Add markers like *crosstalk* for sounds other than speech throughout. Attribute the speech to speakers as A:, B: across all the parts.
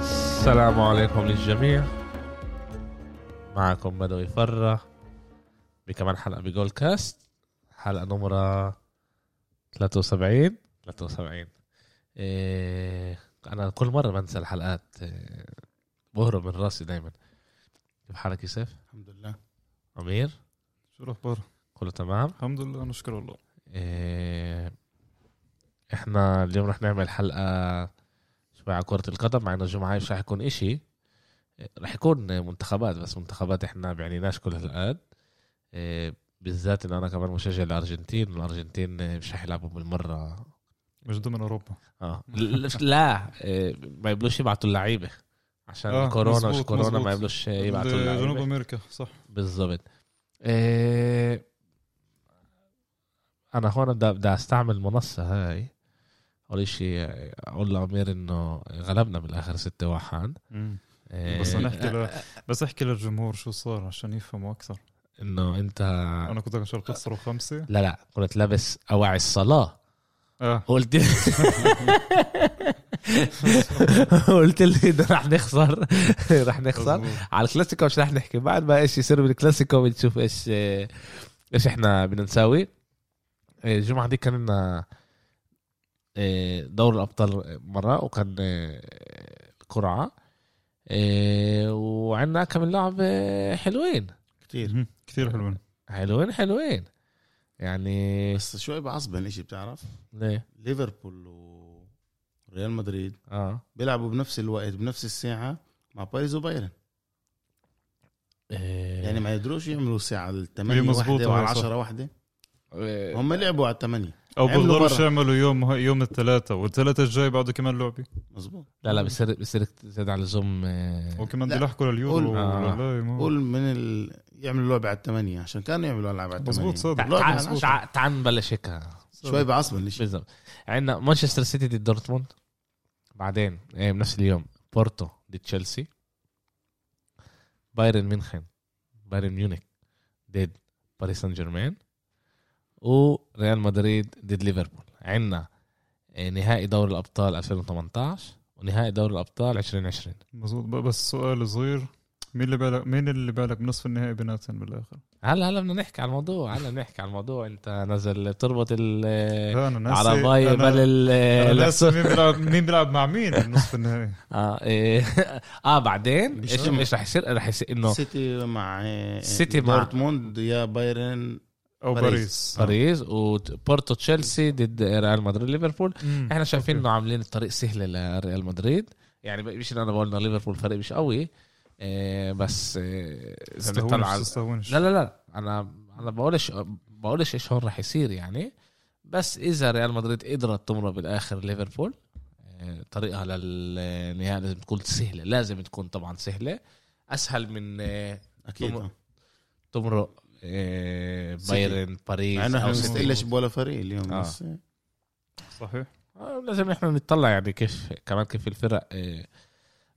A: السلام عليكم للجميع معكم بدوي فرة بكمان حلقة بجول كاست حلقة نمرة 73 73 إيه أنا كل مرة بنسى الحلقات إيه بهرب من راسي دايما كيف حالك يوسف؟
B: الحمد لله
A: أمير؟
B: شو الاخبار
A: كله تمام؟
B: الحمد لله نشكر الله
A: إيه، احنا اليوم رح نعمل حلقة شوي على كرة القدم مع انه الجمعة مش رح يكون اشي إيه، رح يكون منتخبات بس منتخبات احنا بعنيناش كل هالقد إيه، بالذات انه انا كمان مشجع الارجنتين والارجنتين مش رح يلعبوا بالمرة
B: مش ضمن اوروبا
A: اه ل- لا إيه، ما يقبلوش يبعتوا اللعيبة عشان
B: آه،
A: كورونا مش
B: مظبوط،
A: كورونا ما
B: مظبوط.
A: يقبلوش يبعتوا
B: ال- جنوب
A: اللعيبة
B: امريكا صح
A: بالضبط إيه انا هون بدي بدي استعمل المنصه هاي اول شيء اقول لعمير انه غلبنا بالاخر 6 واحد إيه
B: بس نحكي ل... بس احكي للجمهور شو صار عشان يفهموا اكثر
A: انه انت
B: انا كنت عشان تخسروا خمسه
A: لا لا كنت لابس اواعي الصلاه
B: اه
A: قلت قلت لي ده رح نخسر *laughs* رح نخسر
B: مظبوط.
A: على الكلاسيكو مش رح نحكي بعد ما ايش يصير بالكلاسيكو بنشوف ايش ايش احنا بدنا نساوي إيه، الجمعه دي كان لنا إيه، دور الابطال مره وكان إيه، قرعه إيه، وعندنا كم لاعب إيه، حلوين
C: كتير
B: مم. كثير حلوين
A: حلوين حلوين يعني
C: بس شوي بعصبن اشي بتعرف
A: ليه
C: ليفربول وريال مدريد
A: اه
C: بيلعبوا بنفس الوقت بنفس الساعة مع باريس وبايرن
A: إيه،
C: يعني ما يقدروش يعملوا ساعة على الثمانية
B: هي مظبوطة،
C: وحدة وعلى
B: هي صح.
C: العشرة وحدة
A: إيه،
C: هم لعبوا على الثمانية
B: او
C: عملوا
B: بيقدروش
C: مرة.
B: يعملوا يوم يوم الثلاثة والثلاثة الجاي بعده كمان لعبة
C: مظبوط
A: لا لا بصير بصير زاد على اللزوم إيه،
B: وكمان
C: لا.
B: بدي يحكوا لليورو
C: قول.
A: آه.
B: لا، ما-
C: قول من ال... يعملوا لعبة على الثمانية عشان كانوا يعملوا ألعاب على يعني الثمانية
B: مظبوط صادق
A: تع-
C: لا،
A: تعال-
C: مظبوط.
A: تعال تعال نبلش هيك
C: شوي بعصبن اشي
A: بالضبط عندنا مانشستر سيتي ضد دورتموند بعدين آه، بنفس اليوم بورتو ضد تشيلسي بايرن ميونخن بايرن ميونخ ضد باريس سان جيرمان وريال مدريد ضد ليفربول عندنا إيه، نهائي دوري الابطال 2018 ونهائي دوري الابطال 2020
B: مظبوط ب- بس سؤال صغير مين اللي بالك مين اللي بالك بنصف النهائي بيناتهم بالاخر؟
A: هلا هلا بدنا نحكي على الموضوع هلا نحكي على الموضوع انت نزل تربط ال
B: لا انا ناسي
A: إيه. على باي
B: أنا-
A: بل ال-
B: أنا
A: *laughs*
B: ناسي
A: الحصان.
B: مين بيلعب مين بيلعب مع مين بنصف النهائي
A: اه إيه. *laughs* اه بعدين
C: مش
A: ايش
C: هم.
A: ايش رح يصير رح يصير انه
C: سيتي مع آه،
A: سيتي مع-
C: دورتموند يا بايرن
B: او
C: باريس.
B: باريس
A: باريس وبورتو تشيلسي ضد ريال مدريد ليفربول
B: مم.
A: احنا شايفين
B: أوكي.
A: انه عاملين الطريق سهل لريال مدريد يعني مش إن انا بقول انه ليفربول فريق مش قوي آه، بس آه، اذا بنطلع على-
B: تستهونش
A: لا لا لا انا انا بقولش بقولش ايش هون رح يصير يعني بس اذا ريال مدريد قدرت تمرق بالاخر ليفربول آه، طريقها للنهائي لازم تكون سهله لازم تكون طبعا سهله اسهل من آه،
C: أكيد
A: طبعاً.
C: آه.
A: تمرق آه،
C: سيتي.
A: بايرن باريس
C: مع إنه إحنا
A: أو
C: ما
A: سيتي.
C: بنستقلش بولا فريق اليوم
A: آه.
C: بس آه،
B: صحيح
A: آه، لازم احنا نتطلع يعني كيف كمان كيف الفرق آه،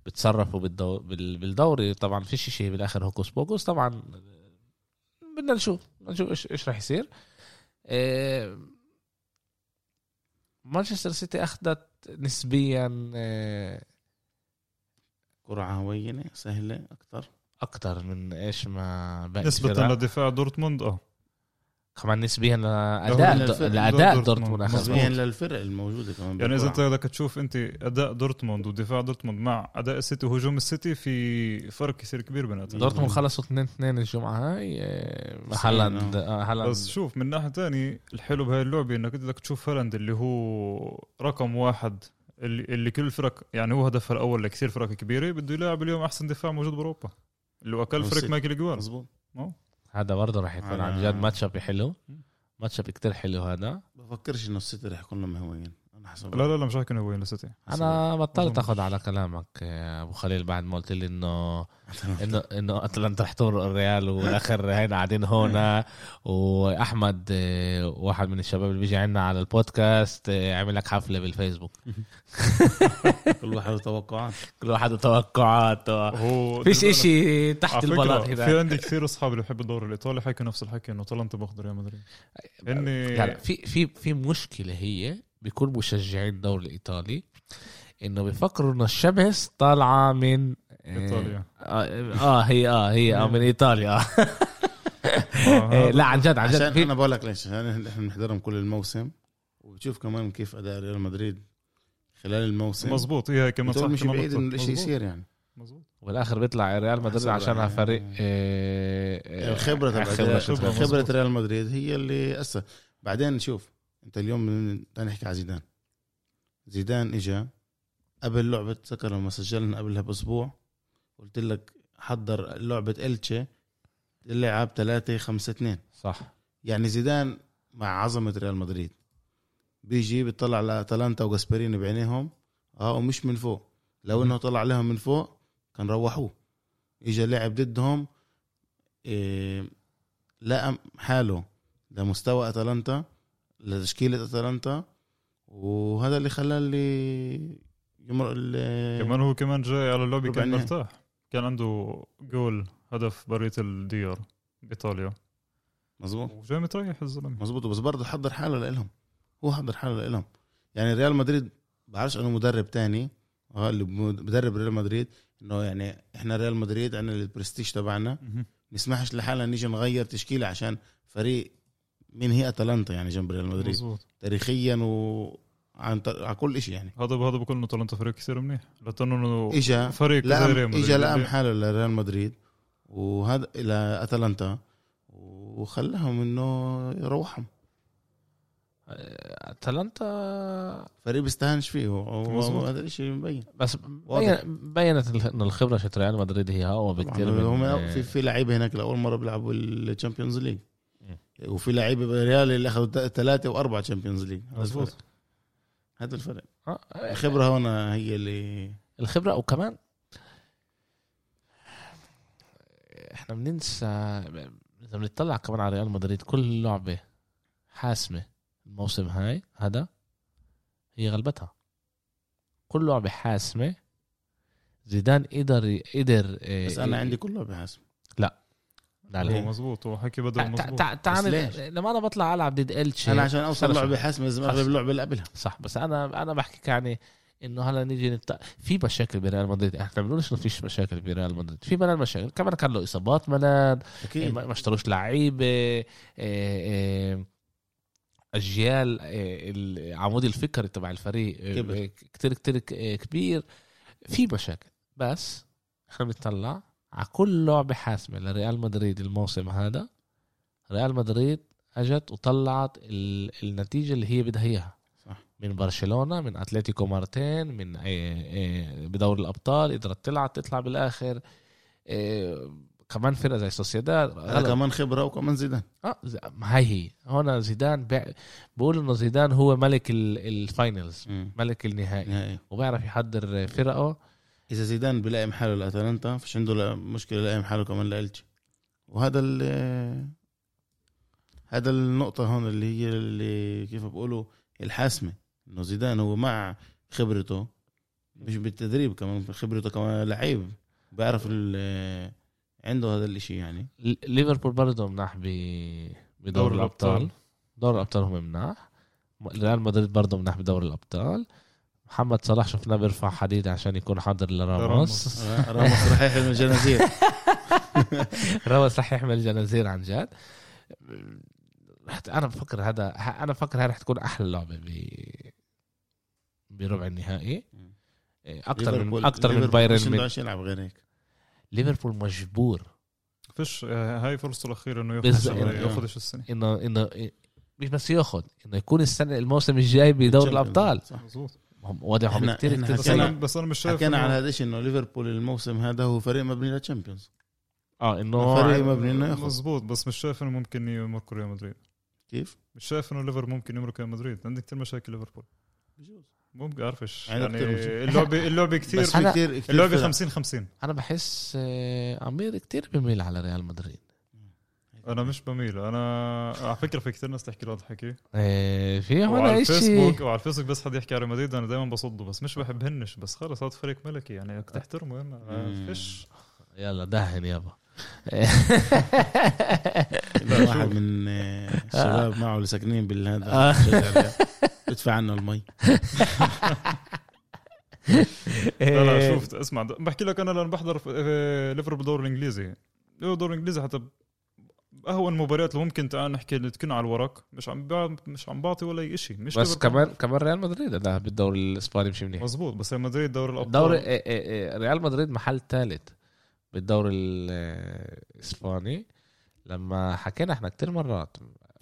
A: بتصرفوا بالدو... بال- بالدوري طبعا فيش شيء بالاخر هوكس بوكس طبعا آه، بدنا نشوف بدنا نشوف ايش ايش رح يصير آه، مانشستر سيتي اخذت نسبيا آه،
C: قرعة هوينة سهلة أكثر
A: اكتر من ايش ما باقي
B: نسبة
A: الفرق.
B: لدفاع دورتموند اه
A: كمان نسبيا لاداء
C: دوري الفرق.
A: لاداء دورتموند
B: دوري دورتموند.
A: اخذ
B: مظبوط.
C: مزبوط للفرق الموجودة كمان
B: يعني اذا
C: بالقرعة.
B: انت بدك تشوف انت اداء دورتموند ودفاع دورتموند مع اداء السيتي وهجوم السيتي في فرق كثير كبير بيناتهم
A: دورتموند خلصوا 2 2 الجمعه هاي آه،
C: بس
A: هالاند
C: يعني،
A: آه، هالاند
B: بس شوف من ناحيه ثانيه الحلو بهاي اللعبه انك انت بدك تشوف هالاند اللي هو رقم واحد اللي, اللي كل الفرق يعني هو هدفها الاول لكثير فرق كبيره بده يلاعب اليوم احسن دفاع موجود باوروبا اللي هو اقل فرق
C: والسيتي.
B: مايكل جوار
C: مزبوط
A: هذا برضه راح يكون
C: على-
A: عن جد
B: آه.
A: ماتش اب حلو
B: مم.
A: ماتش اب كتير حلو هذا
C: بفكرش انه السيتي رح يكون لهم هوين انا حسب *laughs*
B: لا لا لا مش حكي انه هو السيتي
A: انا بطلت
B: أظنش.
A: اخذ على كلامك يا ابو خليل بعد ما قلت لي انه انه انه اتلانتا رح تمرق الريال
B: *laughs*
A: والاخر هين قاعدين
B: إيه.
A: هون واحمد آه، واحد من الشباب اللي بيجي عندنا على البودكاست آه، عمل لك حفله بالفيسبوك
C: كل واحد توقعات
A: كل واحد
B: *laughs*
A: توقعاته
B: هو
A: فيش
B: دي-
A: اشي
B: على
A: تحت
B: فكرة،
A: البلاط
B: في
A: هنا
B: عندي كثير اصحاب اللي بحبوا الدوري الايطالي حكوا نفس الحكي انه طلنت باخذ ريال مدريد اني إيه.
A: يعني في في في مشكله هي بكل مشجعين الدوري الايطالي انه بيفكروا انه الشمس طالعه من
B: ايطاليا
A: اه, آه هي اه هي آه من ايطاليا آه
B: آه،
A: إيه. لا عن جد عن
C: عشان
A: جد
C: انا
A: في
C: بقول لك ليش عشان احنا بنحضرهم كل الموسم وبتشوف كمان كيف اداء ريال مدريد خلال الموسم
B: مظبوط هي كمان
C: بتقول مش
B: كمان
C: بعيد
B: نقطة.
C: انه الشيء
B: مظبوط،
C: يصير يعني
B: مظبوط
A: بالاخر بيطلع ريال مدريد
C: حسب
A: عشانها
C: يعني-
A: فريق آه، آه،
C: الخبره تبع
A: خبرة
C: ريال-
A: شتها.
B: شتها.
C: خبره
B: مظبوط.
C: ريال مدريد هي اللي اسا بعدين نشوف انت اليوم من- تعال نحكي على زيدان زيدان اجى قبل لعبه تذكر لما سجلنا قبلها باسبوع قلت لك حضر لعبه التشي لعب 3 5 2
A: صح
C: يعني زيدان مع عظمه ريال مدريد بيجي بيطلع لاتلانتا وجاسبريني بعينيهم اه ومش من فوق لو انه طلع لهم من فوق كان روحوه اجى لعب ضدهم إيه لقى حاله لمستوى اتلانتا لتشكيله اتلانتا وهذا اللي خلاه اللي يمر
A: إيه.
C: اللي
B: كمان هو كمان جاي على اللوبي
C: ربع
B: كان
C: النهائي.
B: مرتاح كان عنده جول هدف بريه الديار بايطاليا
C: مظبوط
B: وجاي متريح الزلمه
C: مظبوط بس برضه حضر حاله لإلهم هو حضر حاله لإلهم يعني ريال مدريد بعرفش انه مدرب تاني اه اللي بمد- بدرب ريال مدريد انه يعني احنا ريال مدريد عندنا البرستيج تبعنا
B: مهم.
C: نسمحش لحالنا نيجي نغير تشكيله عشان فريق من هي اتلانتا يعني جنب ريال مدريد
B: مظبوط
C: تاريخيا وعن ط- على كل شيء يعني
B: هذا هذا بقول انه طلنطا فريق كثير منيح لانه إنه
C: اجا
B: فريق زي ريال
C: لقم
B: مدريد.
C: اجى لقم حاله لريال مدريد وهذا الى اتلانتا وخلاهم انه يروحهم
A: اتلانتا
C: فريق بيستهانش فيه
B: مظبوط.
C: وهذا الشيء مبين
A: بس
C: واضح.
A: بين- بينت الخ- انه الخبره شت ريال مدريد هي اقوى بكثير
C: طبعاً
A: من
C: هم في في لعيبه هناك لاول مره بيلعبوا الشامبيونز ليج وفي لعيبه بالريال اللي اخذوا ثلاثه واربعه شامبيونز ليج
A: مظبوط.
C: هذا الفرق
A: آه،
C: الخبره هون هي اللي
A: الخبره وكمان احنا بننسى اذا بنطلع كمان على ريال مدريد كل لعبه حاسمه الموسم هاي هذا هي غلبتها كل لعبه حاسمه زيدان قدر قدر آه،
C: بس انا عندي كله بحسب
A: لا لا
B: هو مزبوط هو حكي بدل
A: تع-
B: مزبوط
A: تع- تعال
C: بس ليش؟
A: لما انا بطلع العب ضد التشي
C: انا عشان اوصل
A: سنة
C: لعبه
A: سنة.
C: حاسمه لازم
A: خلص.
C: اغلب اللعبه اللي قبلها
A: صح بس انا انا بحكيك يعني انه هلا نيجي نبت... في مشاكل بريال مدريد احنا بنقولش انه فيش مشاكل بريال مدريد في ملان مشاكل كمان كان له اصابات ملان إيه،
C: اكيد
A: ما ما اشتروش لعيبه إيه، إيه، اجيال إيه، العمود الفكري تبع الفريق
C: كبر.
A: إيه، كتير كتير ك- إيه، كبير في مشاكل بس احنا بنطلع على كل لعبه حاسمه لريال مدريد الموسم هذا ريال مدريد اجت وطلعت ال... النتيجه اللي هي بدها اياها
C: صح.
A: من برشلونه من اتلتيكو مارتين من إيه، إيه، بدور الابطال قدرت تطلع تطلع بالاخر إيه، كمان فرقه زي سوسيداد
C: هذا
A: غلط
C: كمان خبره وكمان زيدان
A: اه ز- ما هي هي هون زيدان بيع... بقول انه زيدان هو ملك ال... الفاينلز
C: مم.
A: ملك النهائي
C: نهائي.
A: وبيعرف يحضر فرقه
C: اذا زيدان بيلائم حاله لاتلانتا فش عنده لا- مشكله يلائم حاله كمان لالتشي وهذا ال آه، هذا النقطة هون اللي هي اللي كيف بقولوا الحاسمة انه زيدان هو مع خبرته مش بالتدريب كمان خبرته كمان لعيب بيعرف ال- آه، عنده هذا
A: *laughs*
C: الاشي يعني
A: ل- ليفربول برضه مناح ب بدور
B: دور الأبطال.
A: الابطال دور الابطال هم مناح م- ريال مدريد برضه مناح بدور الابطال محمد صلاح شفناه بيرفع حديد عشان يكون حاضر لراموس
B: لراموس.
C: راموس راح يحمل الجنازير
A: *laughs* راموس رح يحمل جنازير عن جد رح- انا بفكر هذا ه- انا بفكر هاي رح تكون احلى لعبه ب بربع النهائي
C: مم.
A: اكثر من
C: ليفربول-
A: اكثر من
C: ليفربول مش
A: بايرن
C: عنده
A: من
C: عشان يلعب غير هيك
A: ليفربول مجبور
B: فيش آه، هاي فرصته الاخيره انه
A: بس-
B: ياخذ
A: آه.
B: ياخذ إيش السنه
A: انه انه إيه، مش بس ياخذ انه يكون السنه الموسم الجاي بدور الابطال
C: صح
B: مظبوط
A: هم يعني. وضعهم
C: إحنا-
A: كثير
C: إحنا
A: كثير
B: بس
C: حكينا-
B: انا
A: سيء.
B: بس انا مش شايف
C: حكينا
B: إنه-
C: على هذا الشيء انه ليفربول الموسم هذا هو فريق مبني للتشامبيونز
B: آه،
A: اه
C: فريق
A: انه
C: مبني انه ياخذ
B: مظبوط بس مش شايف انه ممكن يمركوا ريال مدريد
C: كيف؟
B: مش شايف انه ليفر ممكن يمرق ريال مدريد عندك كثير مشاكل ليفربول ممكن عارفش
C: عندك
B: يعني
C: كتير مشاكل.
B: اللعبه اللعبه كثير
C: بس في
A: أنا-
C: كثير كثير
B: اللعبه
C: فرق.
B: 50 50
A: انا بحس آه، عمير كثير بميل على ريال مدريد
B: انا مش بميل انا على فكره في كثير ناس تحكي لي هذا الحكي
A: آه، في
B: وعلى
A: هون شيء
B: الفيسبوك وعلى الفيسبوك بس حد يحكي على مدريد انا دائما بصده بس مش بحبهنش بس خلص هذا فريق ملكي يعني بدك تحترمه
C: أه. مم.
B: يعني فيش
A: يلا دهن *laughs* يابا
C: إنه واحد من آه، الشباب معه اللي
A: آه.
C: *laughs*
A: *laughs*
C: ساكنين بالهذا بدفع عنا المي
B: لا
A: إيه.
B: لا
A: آه،
B: شفت اسمع د- بحكي لك انا لما بحضر في في ليفربول بالدوري الانجليزي الدوري الانجليزي حتى ب- اهون مباريات اللي ممكن تعال نحكي نتكن على الورق مش عم بع- مش عم بعطي ولا شيء مش
A: بس
B: ليفربول.
A: كمان كمان ريال مدريد اداها بالدوري الاسباني مش منيح
B: مزبوط بس ريال مدريد دوري الابطال
A: الدوري إيه إيه إيه ريال مدريد محل ثالث بالدوري الاسباني لما حكينا احنا كتير مرات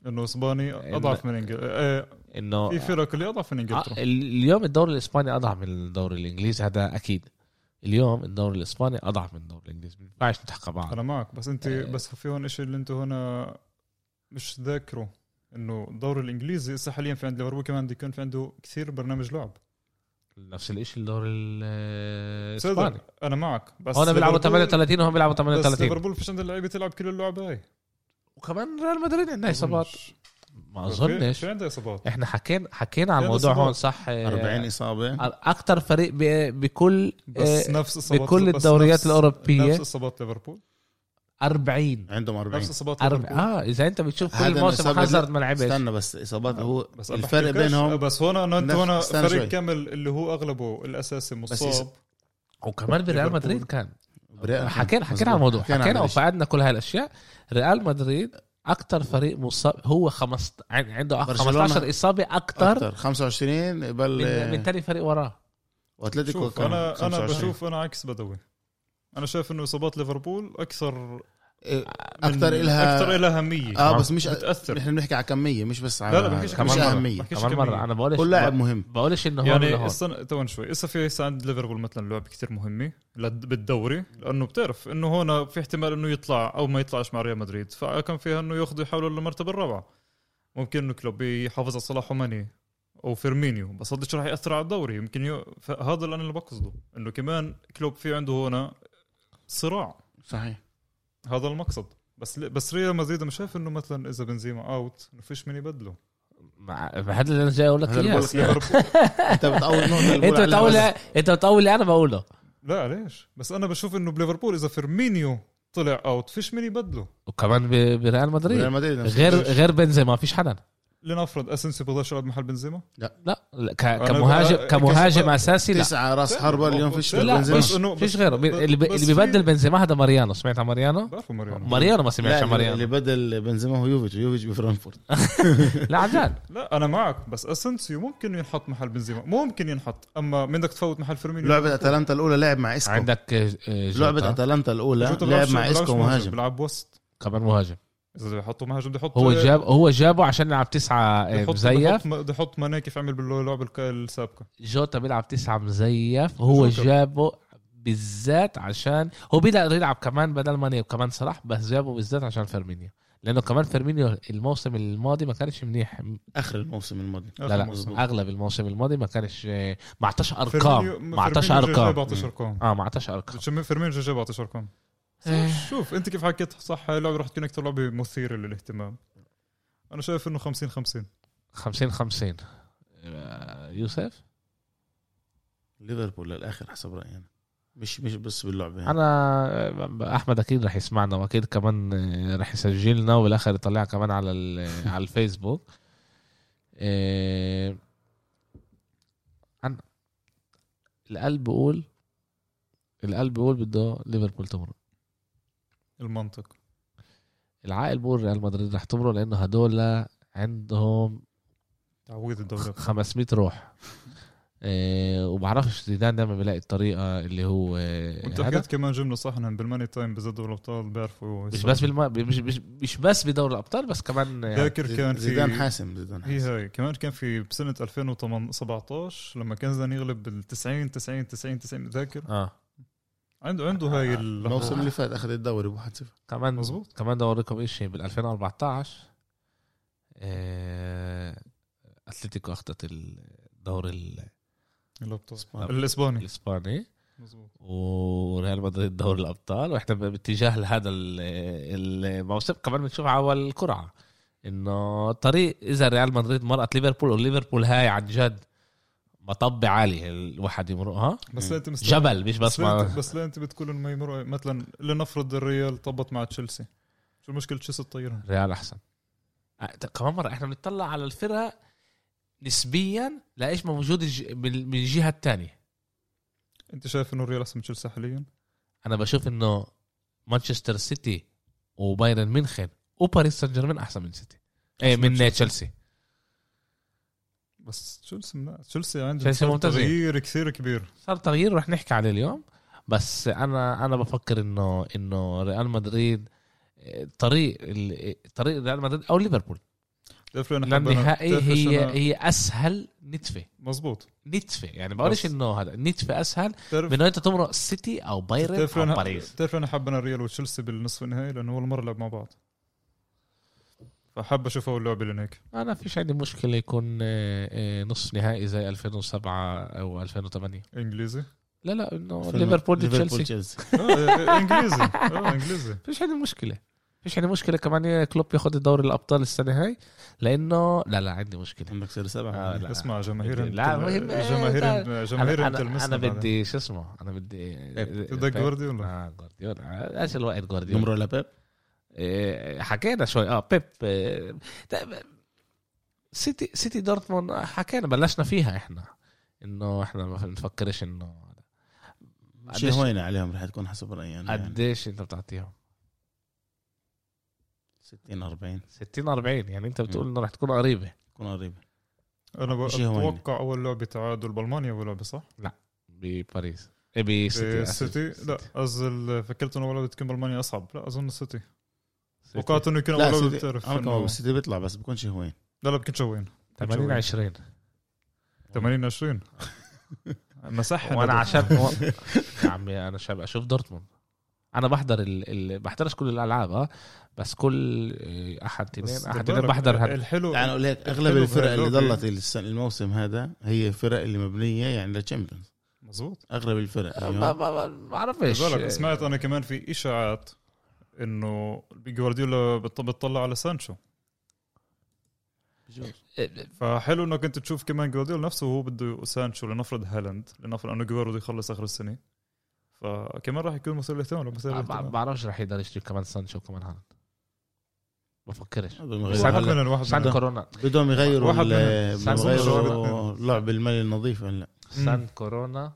B: انه اسباني اضعف من انجلترا
A: انه
B: في فرق اللي اضعف من
A: آه،
B: انجلترا
A: ال- اليوم الدوري الاسباني اضعف من الدوري الانجليزي هذا اكيد اليوم الدوري الاسباني اضعف من الدوري الانجليزي ما ينفعش نتحكى بعض
B: انا معك بس انت
A: آه.
B: بس في هون شيء اللي انتم هنا مش ذاكره انه الدوري الانجليزي هسه حاليا في عند ليفربول كمان بده يكون في عنده كثير برنامج لعب
A: نفس الشيء الدوري ال- الاسباني
B: صدق انا معك بس
A: هون بيلعبوا
B: ليفربول-
A: 38 وهم بيلعبوا
B: بس
A: 38
B: ليفربول فيش عنده اللعيبه تلعب كل اللعبه هاي
A: وكمان ريال مدريد عندها اصابات
B: أظنش.
A: ما آه،
B: في-
A: اظنش
B: في عنده اصابات
A: احنا حكينا حكينا على
B: عنده
A: الموضوع
B: إصابات.
A: هون صح
C: 40
A: آه.
C: اصابه
A: اكثر فريق ب- بكل
B: بس
A: آه،
B: نفس اصابات
A: بكل
B: بس
A: الدوريات
B: نفس-
A: الأوروبية.
B: نفس اصابات ليفربول
A: 40
C: عندهم 40
B: نفس اصابات
A: أرب...
B: ليفربول
A: اه اذا انت بتشوف
C: هذا
A: كل موسم
C: الإصابة
A: هازارد
C: دي-
A: ما لعبش
C: استنى بس اصابات
A: آه.
C: هو
B: بس أنا
C: الفرق
B: بحكيلكش-
C: بينهم
B: بس هون انا انت
C: نفس-
B: هون
C: استنى
B: فريق
C: شوي.
B: كامل اللي هو اغلبه الاساسي مصاب
A: وكمان بريال
B: ليفربول.
A: مدريد كان
C: بريال-
A: حكينا
C: مظبوط.
A: حكينا على الموضوع
C: حكينا
A: حكينا
C: عن الإشي.
A: وفعلنا كل هاي الاشياء ريال مدريد اكثر فريق مصاب هو خمس عن- عنده
C: برشلونة
A: 15 اصابه اكثر
C: اكثر 25
A: من, من
C: قبل
A: ثاني فريق وراه
C: واتلتيكو
B: شوف
C: كان
B: انا انا
C: 25.
B: بشوف انا عكس بدوي انا شايف انه اصابات ليفربول اكثر
A: آه.
C: إيه،
B: آه، من-
C: اكثر الها
B: اكثر الها اهميه
C: اه بس مش
B: بتاثر
C: نحن بنحكي على كميه مش بس على
B: لا لا بحكيش
C: مش
A: كمان مرة.
C: اهميه
B: بحكيش
A: كمان
B: كمية.
A: مره انا بقولش
C: كل لاعب مهم
A: بقولش انه هون يعني
B: يعني
A: هون
B: استنى تون شوي هسه في هسه عند ليفربول مثلا لعبه كثير مهمه لد- بالدوري لانه بتعرف انه هون في احتمال انه يطلع او ما يطلعش مع ريال مدريد فكان فيها انه ياخذوا يحاولوا للمرتبه الرابعه ممكن انه كلوب يحافظ على صلاح وماني او فيرمينيو بس هذا راح ياثر على الدوري يمكن ي... هذا اللي انا اللي بقصده انه كمان كلوب في عنده هون صراع
A: *laughs*
C: صحيح
B: هذا المقصد بس بس ريال مدريد انا شايف انه مثلا اذا بنزيما اوت ما فيش مين يبدله
A: مع- هذا اللي انا جاي اقول لك
C: هذا اللي
A: اياه
C: بقول لك انت بتطول نقطه اللي بقول
A: انت
C: عليها
A: بتقول
C: بس.
A: انت بتقول اللي انا بقوله
B: لا ليش بس انا بشوف انه بليفربول اذا فيرمينيو طلع اوت فيش مين يبدله
A: وكمان ب- بريال مدريد
C: ريال مدريد نفس
A: غير
C: الشيء.
A: غير بنزيما ما فيش حدا
B: لنفرض اسنسيو بضلش يلعب محل بنزيما
A: لا لا، ك-
B: أنا
A: كمهاجم
B: بقى-
A: كمهاجم
B: كشباب
A: اساسي لا
C: تسعه راس حربه اليوم فيش
B: لا،
A: لا
C: بنزيما.
A: فيش
B: بس إنه- بس-
A: فيش غيره اللي ب-
B: بس
A: اللي
B: في-
A: ببدل بنزيما هذا ماريانو سمعت عن ماريانو
B: بعرفوا ماريانو
A: ماريانو ما
C: لا،
A: سمعش عن
C: اللي
A: ماريانو
C: بدل بنزيما هو يوفيتش يوفيتش بفرانكفورت
A: لا عن جد
B: لا انا معك بس اسنسيو ممكن ينحط محل بنزيما ممكن ينحط اما مين بدك تفوت محل فيرمينيو
C: لعبه اتلانتا الاولى لعب مع اسكو
A: عندك آه، آه، جوتا،
C: لعبه اتلانتا الاولى
B: جوتا
C: لعب
B: بيلعبش-
C: مع
B: بيلعبش
C: اسكو مهاجم
B: بيلعب وسط
A: كمان مهاجم
B: اذا بده يحطوا مهاجم بده يحط
A: هو جاب هو جابه عشان يلعب تسعة آه،
B: بده يحط-
A: مزيف
B: بده يحط- بده يحط ماني كيف عمل باللعبه الك- السابقه
A: جوتا بيلعب تسعة مزيف هو
B: شكراً.
A: جابه بالذات عشان هو بيقدر يلعب كمان بدل ماني وكمان صلاح بس جابه بالذات عشان فيرمينيو لانه كمان فيرمينيو الموسم الماضي ما كانش منيح
C: اخر الموسم الماضي
A: لا لا
B: مظبوط.
A: اغلب الموسم الماضي ما كانش آه، ما اعطاش
B: فيرمينيو-
A: ارقام ما اعطاش
B: فيرمينيو جاي
A: ارقام
B: جايب 11 ارقام
A: اه ما اعطاش ارقام
B: شم- فيرمينيو جاي جايب 11 ارقام شوف انت كيف حكيت صح هاي اللعبه رح تكون اكثر لعبه مثيره للاهتمام انا شايف انه 50 50
A: 50 50 آه، يوسف
C: ليفربول للاخر حسب رايي انا مش مش بس باللعبه يعني.
A: انا احمد اكيد رح يسمعنا واكيد كمان آه، رح يسجلنا وبالاخر يطلعها كمان على ال- *laughs* على الفيسبوك آه، عن القلب بيقول القلب بيقول بده ليفربول تمرق
B: المنطق
A: العقل بيقول ريال مدريد رح تمرق لانه هدول عندهم
B: تعويض
A: يعني
B: الدوري
A: 500 روح آه، وبعرفش زيدان دايما بيلاقي الطريقه اللي هو آه،
B: وانت
A: هذا.
B: حكيت كمان جمله صح انهم بالماني تايم بزدوا الابطال بيعرفوا
A: مش
B: يسووا.
A: بس بالما... مش, مش, مش بس بدور الابطال بس كمان يعني
B: ذاكر كان في
C: زيدان حاسم زيدان
B: هي
C: حاسم
B: هاي كمان كان في بسنه 2017 لما كان زيدان يغلب بال 90 90 90 90 ذاكر
A: اه
B: عنده عنده
A: آه،
B: هاي
C: الموسم
B: اللحظه
C: اللي فات اخذ الدوري ب 1-0
A: كمان
B: مظبوط.
A: كمان بدي اوريكم شيء بال 2014 آه... اتلتيكو اخذت الدوري ال-
B: الابطال
A: آه.
B: الاسباني
A: الاسباني
B: مزبوط
A: وريال مدريد دوري الابطال واحنا ب- باتجاه لهذا ال- الموسم كمان بنشوف على القرعه انه طريق اذا ريال مدريد مرقت ليفربول وليفربول هاي عن جد مطب عالي الواحد يمرقها
B: بس لا انت مستني
A: جبل مش بس
B: بس لا
A: ما
B: انت بس لا انت بتقول انه ما يمروا مثلا لنفرض الريال طبط مع تشيلسي شو المشكله تشيلسي تطيرهم
A: ريال احسن أه، ت- كمان مره احنا بنطلع على الفرق نسبيا لايش ما موجود الج- بال- من الجهه الثانيه
B: انت شايف انه الريال احسن من تشيلسي حاليا؟
A: انا بشوف انه مانشستر سيتي وبايرن ميونخن وباريس سان جيرمان احسن من سيتي ايه
B: أحسن من
A: من
B: تشيلسي.
A: تشيلسي
B: بس تشيلسي لا تشيلسي عنده
A: تشيلسي ممتازين.
B: تغيير كثير كبير
A: صار تغيير رح نحكي عليه اليوم بس انا انا بفكر انه انه ريال مدريد آه، طريق ال- طريق ريال مدريد او ليفربول
B: بتعرف ليه أنا حابب-
A: للنهائي
B: بتعرف ليش
A: هي إيه؟
B: أنا-
A: هي اسهل نتفه
B: مظبوط
A: نتفه يعني بقولش
B: بس.
A: انه هذا نتفه اسهل
B: بتعرف *laughs*
A: من انه انت تمرق سيتي او بايرن
B: بتعرف
A: او
B: انا
A: باريس
B: بتعرف انا حاب انا الريال وتشيلسي بالنصف النهائي لانه اول مره لعب مع بعض فحاب اشوف اول لعبه لين هيك
A: انا فيش عندي مشكله يكون آه، آه، نصف نهائي زي 2007 او 2008
B: انجليزي
A: لا لا انه ليفربول تشيلسي
C: تشيلسي
B: آه، انجليزي
A: *laughs*
B: آه، انجليزي
A: فيش عندي مشكله فيش عندي مشكله كمان إيه، كلوب ياخد دوري الابطال السنه هاي لانه لا لا عندي مشكله
C: عندك صار
A: آه،
C: سبعه
A: لا.
B: اسمع جماهير
A: لا،
B: انت-
A: مهم.
B: جماهير جماهير
A: انا
B: انت
A: انا, أنا
B: المسلم بعدين. إيه،
A: بدي شو اسمه انا بدي إيه،
B: بدك جوارديولا
A: اه جوارديولا ايش الوقت جوارديولا
C: نمرو لبيب
A: إيه، حكينا شوي اه بيب إيه، طيب، سيتي سيتي دورتموند آه، حكينا بلشنا فيها احنا انه احنا ما بنفكرش انه
C: شيء
A: قديش-
C: هوينه عليهم رح تكون حسب رايي انا يعني
A: قديش انت بتعطيهم
C: 60 40
A: 60 40 يعني انت بتقول انه رح تكون قريبه
C: تكون قريبه
B: انا بق-
C: شي هوينة.
A: يعني؟
B: اتوقع اول لعبه تعادل بالمانيا اول لعبه صح؟
A: بباريس إيه، بسيتي آسف.
B: السيتي لا قصدي فكرت انه اول لعبه تكون بالمانيا اصعب لا اظن السيتي
A: سيتي.
B: توقعت انه يكون
C: لا
B: اول لعبه
C: سيتي-
B: بتعرف
C: أنا كمان
B: إنه-
C: بس سيتي بيطلع بس بكون شيء هوين
B: لا لا كنت شوين
A: 80 20
B: 80 20 مسحنا
A: وانا
B: ده.
A: عشان
C: *laughs*
A: يا عمي انا شاب اشوف دورتموند انا بحضر ال... ال... بحضرش كل الالعاب اه بس كل إيه، احد
B: بس
A: تنين
B: خد
A: احد تنين
B: بالك،
A: بحضر هاد.
B: الحلو
C: يعني اقول لك اغلب
B: الحلو
C: الفرق اللي
B: بهاللوبي-
C: ضلت السنة- الموسم هذا هي فرق اللي مبنيه يعني للتشامبيونز
B: مظبوط
C: اغلب الفرق
A: آه،
C: أيوة.
A: ما
C: اليوم
A: ما ما- ما
B: خد
A: بعرفش
B: أيوه. بالك سمعت انا كمان في اشاعات انه جوارديولا بت- بتطلع على سانشو
A: إيه،
B: فحلو انك انت تشوف كمان جوارديولا نفسه وهو بده سانشو لنفرض هالاند لنفرض انه جوارديولا بده يخلص اخر السنه فكمان راح يكون مثير للاهتمام لو مثير
A: ما ما-
B: للاهتمام
A: بعرفش رح يقدر يشتري كمان سانشو كمان هالاند بفكرش
C: بدهم
A: بس
C: يغيروا-
B: واحد
A: هلا-
B: منهم واحد
A: سان
B: منهم
A: كورونا
C: بدهم يغيروا
B: واحد
C: ال-
B: منهم.
C: بدهم
A: سانشو
C: يغيروا
B: شغلة.
C: لعب المالي النظيف هلا
A: سان كورونا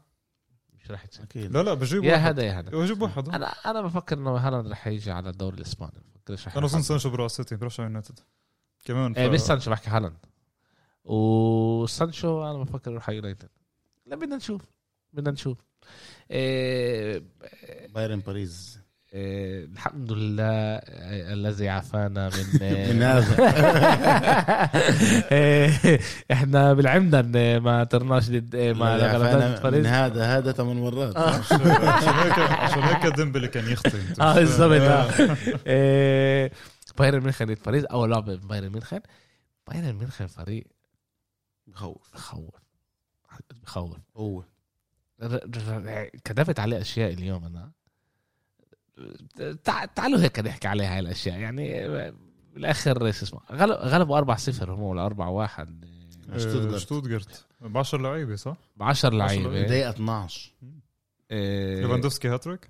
A: مش رح يصير
C: اكيد
B: لا لا بجيب
A: يا
B: واحد أيوه.
A: هذا يا هذا
B: بجيب واحد آه.
A: انا انا بفكر انه هالاند رح يجي على الدوري الاسباني بفكرش رح
B: انا اظن
A: يلعب.
B: سانشو برا سيتي برا يونايتد كمان ف-
A: إيه، مش سانشو بحكي هالاند وسانشو انا بفكر يروح على يونايتد لا بدنا نشوف بدنا نشوف إيه
C: بايرن باريس
A: إيه الحمد لله إيه، الذي عافانا
B: *laughs*
A: من إيه، *laughs*
C: من هذا
A: إيه، احنا بالعمدن إيه، ما طرناش ضد إيه، ما
C: اللي
A: غلبناش
C: عفانا
A: ضد
C: من
A: باريس
C: هذا هذا ثمان مرات
B: آه.
A: *laughs*
B: عشان هيك عشان هيك ديمبلي كان يخطي أنت
A: اه
B: مش-
A: بالظبط آه. إيه، بايرن ميونخ ضد باريس اول لعبه بايرن ميونخ بايرن ميونخ فريق
C: بخوف
A: بخوف بخوف
C: هو
A: ر- ر- كتبت عليه اشياء اليوم انا تع- تعالوا هيك نحكي عليها هاي الاشياء يعني بالاخر شو اسمه غلب- غلبوا 4 0 هم ولا 4 1
C: *laughs*
B: آه،
C: شتوتغارت.
B: شتوتغارت ب 10 لعيبه صح؟
A: ب 10 لعيبه
C: دقيقة 12
A: إيه،
B: ليفاندوفسكي هاتريك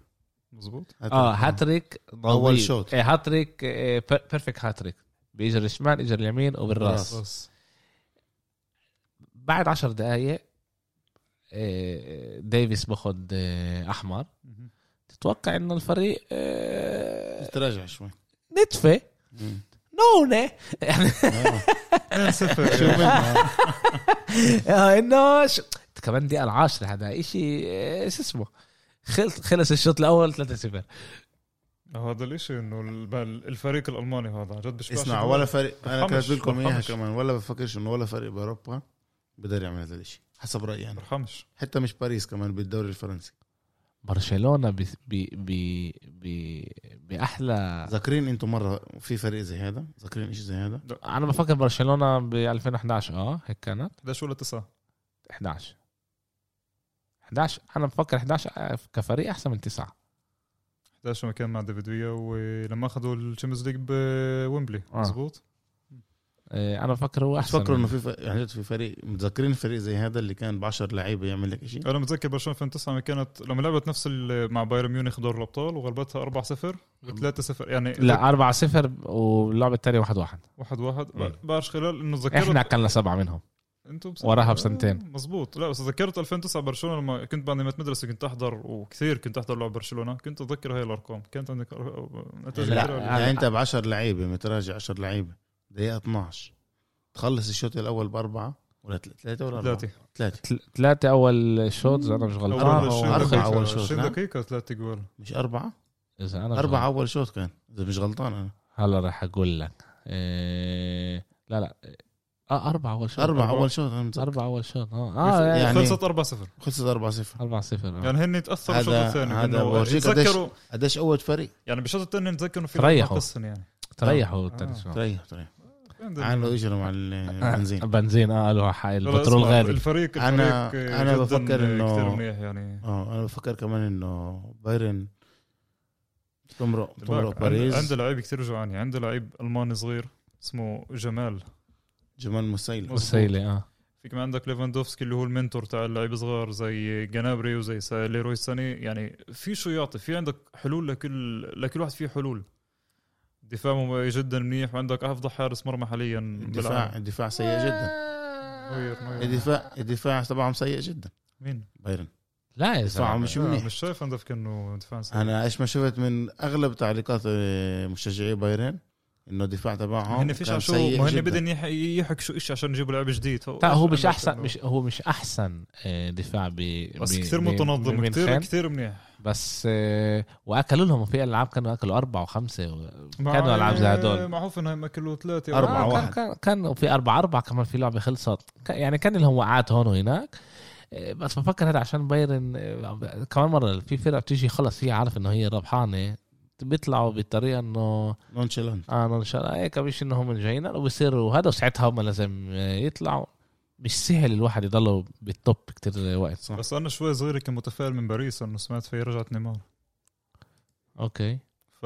B: مزبوط
A: اه هاتريك
C: أول
A: نظيف.
C: شوت.
A: إيه، هاتريك إيه، بير- بيرفكت هاتريك باجر الشمال اجر اليمين وبالراس *laughs*
B: بس
A: بعد 10 دقائق ديفيس باخد إيه، احمر تتوقع انه الفريق إيه،
C: تراجع شوي
A: نتفه
C: مم. *laughs*
A: نونه
C: آه.
B: 2
C: *laughs* شو
B: 0 *laughs*
C: بدنا؟
A: آه، انه ش- كمان دقيقه العاشره هذا اشي آه، شو اسمه خلص خلص الشوط الاول 3 0
B: هذا الاشي انه الب- الفريق الالماني هذا عن جد بيشبعش
C: اسمع
B: جوال.
C: ولا فريق انا
B: برحمش-
C: كاتب لكم اياها
B: برحمش.
C: كمان ولا بفكرش انه ولا فريق باوروبا بقدر يعمل هذا الشيء حسب رايي انا
B: برحمش
C: حتى مش باريس كمان بالدوري الفرنسي
A: برشلونه ب ب ب ب باحلى
C: ذاكرين انتم مره في فريق زي هذا ذاكرين شيء زي هذا
A: انا بفكر برشلونه ب 2011 اه هيك كانت
B: 11 ولا 9
A: 11 11 انا بفكر 11 كفريق احسن من تسعه
B: 11 مكان مع ديفيد ويا ولما اخذوا الشامبيونز ليج بويمبلي
A: آه.
B: مزبوط
A: آه، انا بفكر هو احسن
C: تفكروا
A: من-
C: انه في ف- عن جد في فريق متذكرين فريق زي هذا اللي كان ب 10 لعيبه يعمل لك شيء
B: انا متذكر برشلونه 2009 لما كانت لما لعبت نفس ال- مع بايرن ميونخ دور الابطال وغلبتها 4 0 و3 0 يعني
A: لا 4 0 واللعبه الثانيه 1 1
B: واحد واحد
A: مم.
B: بعرفش خلال انه
A: احنا
B: تذكرت
A: اكلنا سبعه منهم
B: انتم بس-
D: وراها بسنتين.
B: مزبوط لا بس ذكرت 2009 برشلونه لما كنت بعد ما مدرسه كنت احضر وكثير كنت احضر لعب برشلونه كنت اتذكر هاي الارقام كانت عندك أر- نتائج
C: لا
B: كثيرة.
C: يعني انت ب 10 لعيبه يعني متراجع 10 لعيبه دقيقه 12 تخلص الشوط الاول باربعه ولا ثلاثه ولا اربعه؟
B: ثلاثة
C: ثلاثه
D: ثلاثة أول شوت إذا أنا مش
B: أول
D: غلطان
C: أول
B: عشرين
C: أربعة
B: دقيقة-
C: أول شوط،
B: 20
C: نعم.
B: دقيقة ثلاث جوال
C: مش اربعه؟
A: اذا انا مش
C: اربعه
A: غلطان.
C: اول شوط كان اذا مش غلطان انا
A: هلا راح اقول لك إيه... لا لا اه اربعه اول شوط
C: اربعه اول شوط انا متذكر.
A: اربعه اول شوط اه اه يعني
C: يعني-
B: خلصت 4 0
C: خلصت 4 0
A: اربعه صفر آه.
B: يعني هن تاثروا
C: هذا-
B: الشوط الثاني
C: هذا
B: إنه
C: بورجيك قديش-
B: تذكروا
C: قديش قوه فريق
B: يعني بالشوط الثاني تذكروا في
A: تريحوا.
B: قصن يعني
A: تريحوا
B: آه.
A: آه.
C: تريح تريح عملوا اجروا مع
B: آه،
C: البنزين
A: بنزين اه قالوا حق
B: لا،
A: البترول
B: اسمع،
A: غالي
B: الفريق
C: أنا-
B: الفريق
C: أنا
B: جداً
C: بفكر إنه-
B: كثير منيح يعني
C: اه انا بفكر كمان انه بايرن تمرق تمرق
B: بالك، عند- عنده
C: باريس
B: لعيب كثير جوعان يعني عنده لعيب الماني صغير اسمه جمال
C: جمال مسيلم
A: وسيلة اه
B: في كمان عندك ليفاندوفسكي اللي هو المنتور تاع اللعيب صغار زي جنابري وزي سا- ليروي ساني يعني في شو يعطي في عندك حلول لكل لكل واحد فيه حلول دفاعهم جدا منيح وعندك افضل حارس مرمى حاليا
C: الدفاع
B: بالعالم.
C: الدفاع سيء جدا
B: نوير- نوير.
C: الدفاع الدفاع تبعهم سيء جدا
B: مين؟
C: بايرن
A: لا يا
C: دفاعهم
A: زلمه
C: مش
B: آه،
C: منيح
B: مش شايف عندك انه دفاع سيء.
C: انا ايش ما شفت من اغلب تعليقات آه، مشجعي بايرن انه الدفاع تبعهم
B: هن فيش
C: كان
B: عشو
C: سيء
B: ما هن
C: جداً.
B: بدهم يح- يحكوا شيء عشان يجيبوا لعيب جديد
A: لا هو مش
B: عندك
A: احسن
B: إنه-
A: مش هو مش احسن آه، دفاع ب
B: بس
A: ب-
B: كثير
A: ب-
B: متنظم
A: بميونخ.
B: كثير كثير منيح
A: بس آه، واكلوا لهم في العاب كانوا اكلوا اربعه وخمسه و-
B: مع-
A: كانوا العاب زي هدول
B: مع هوفنهايم اكلوا ثلاثه
C: أربعة
A: آه،
C: واحد.
A: كان كان, كان في أربعة أربعة كمان في لعبة خلصت ك- يعني كان لهم وقعات هون وهناك إيه، بس بفكر هذا عشان بايرن إيه، كمان مرة في فرق بتيجي خلص هي عارف إنه هي ربحانة بيطلعوا بالطريقة إنه
C: نونشالانت
A: آه إن شاء الله هيك مش إنهم جايين وبصيروا هذا وساعتها هم لازم آه، يطلعوا مش سهل الواحد يضلوا بالتوب كتير وقت
C: صح.
B: بس انا شوي صغير كنت متفائل من باريس انه سمعت فيه رجعت نيمار
A: أوكي
B: ف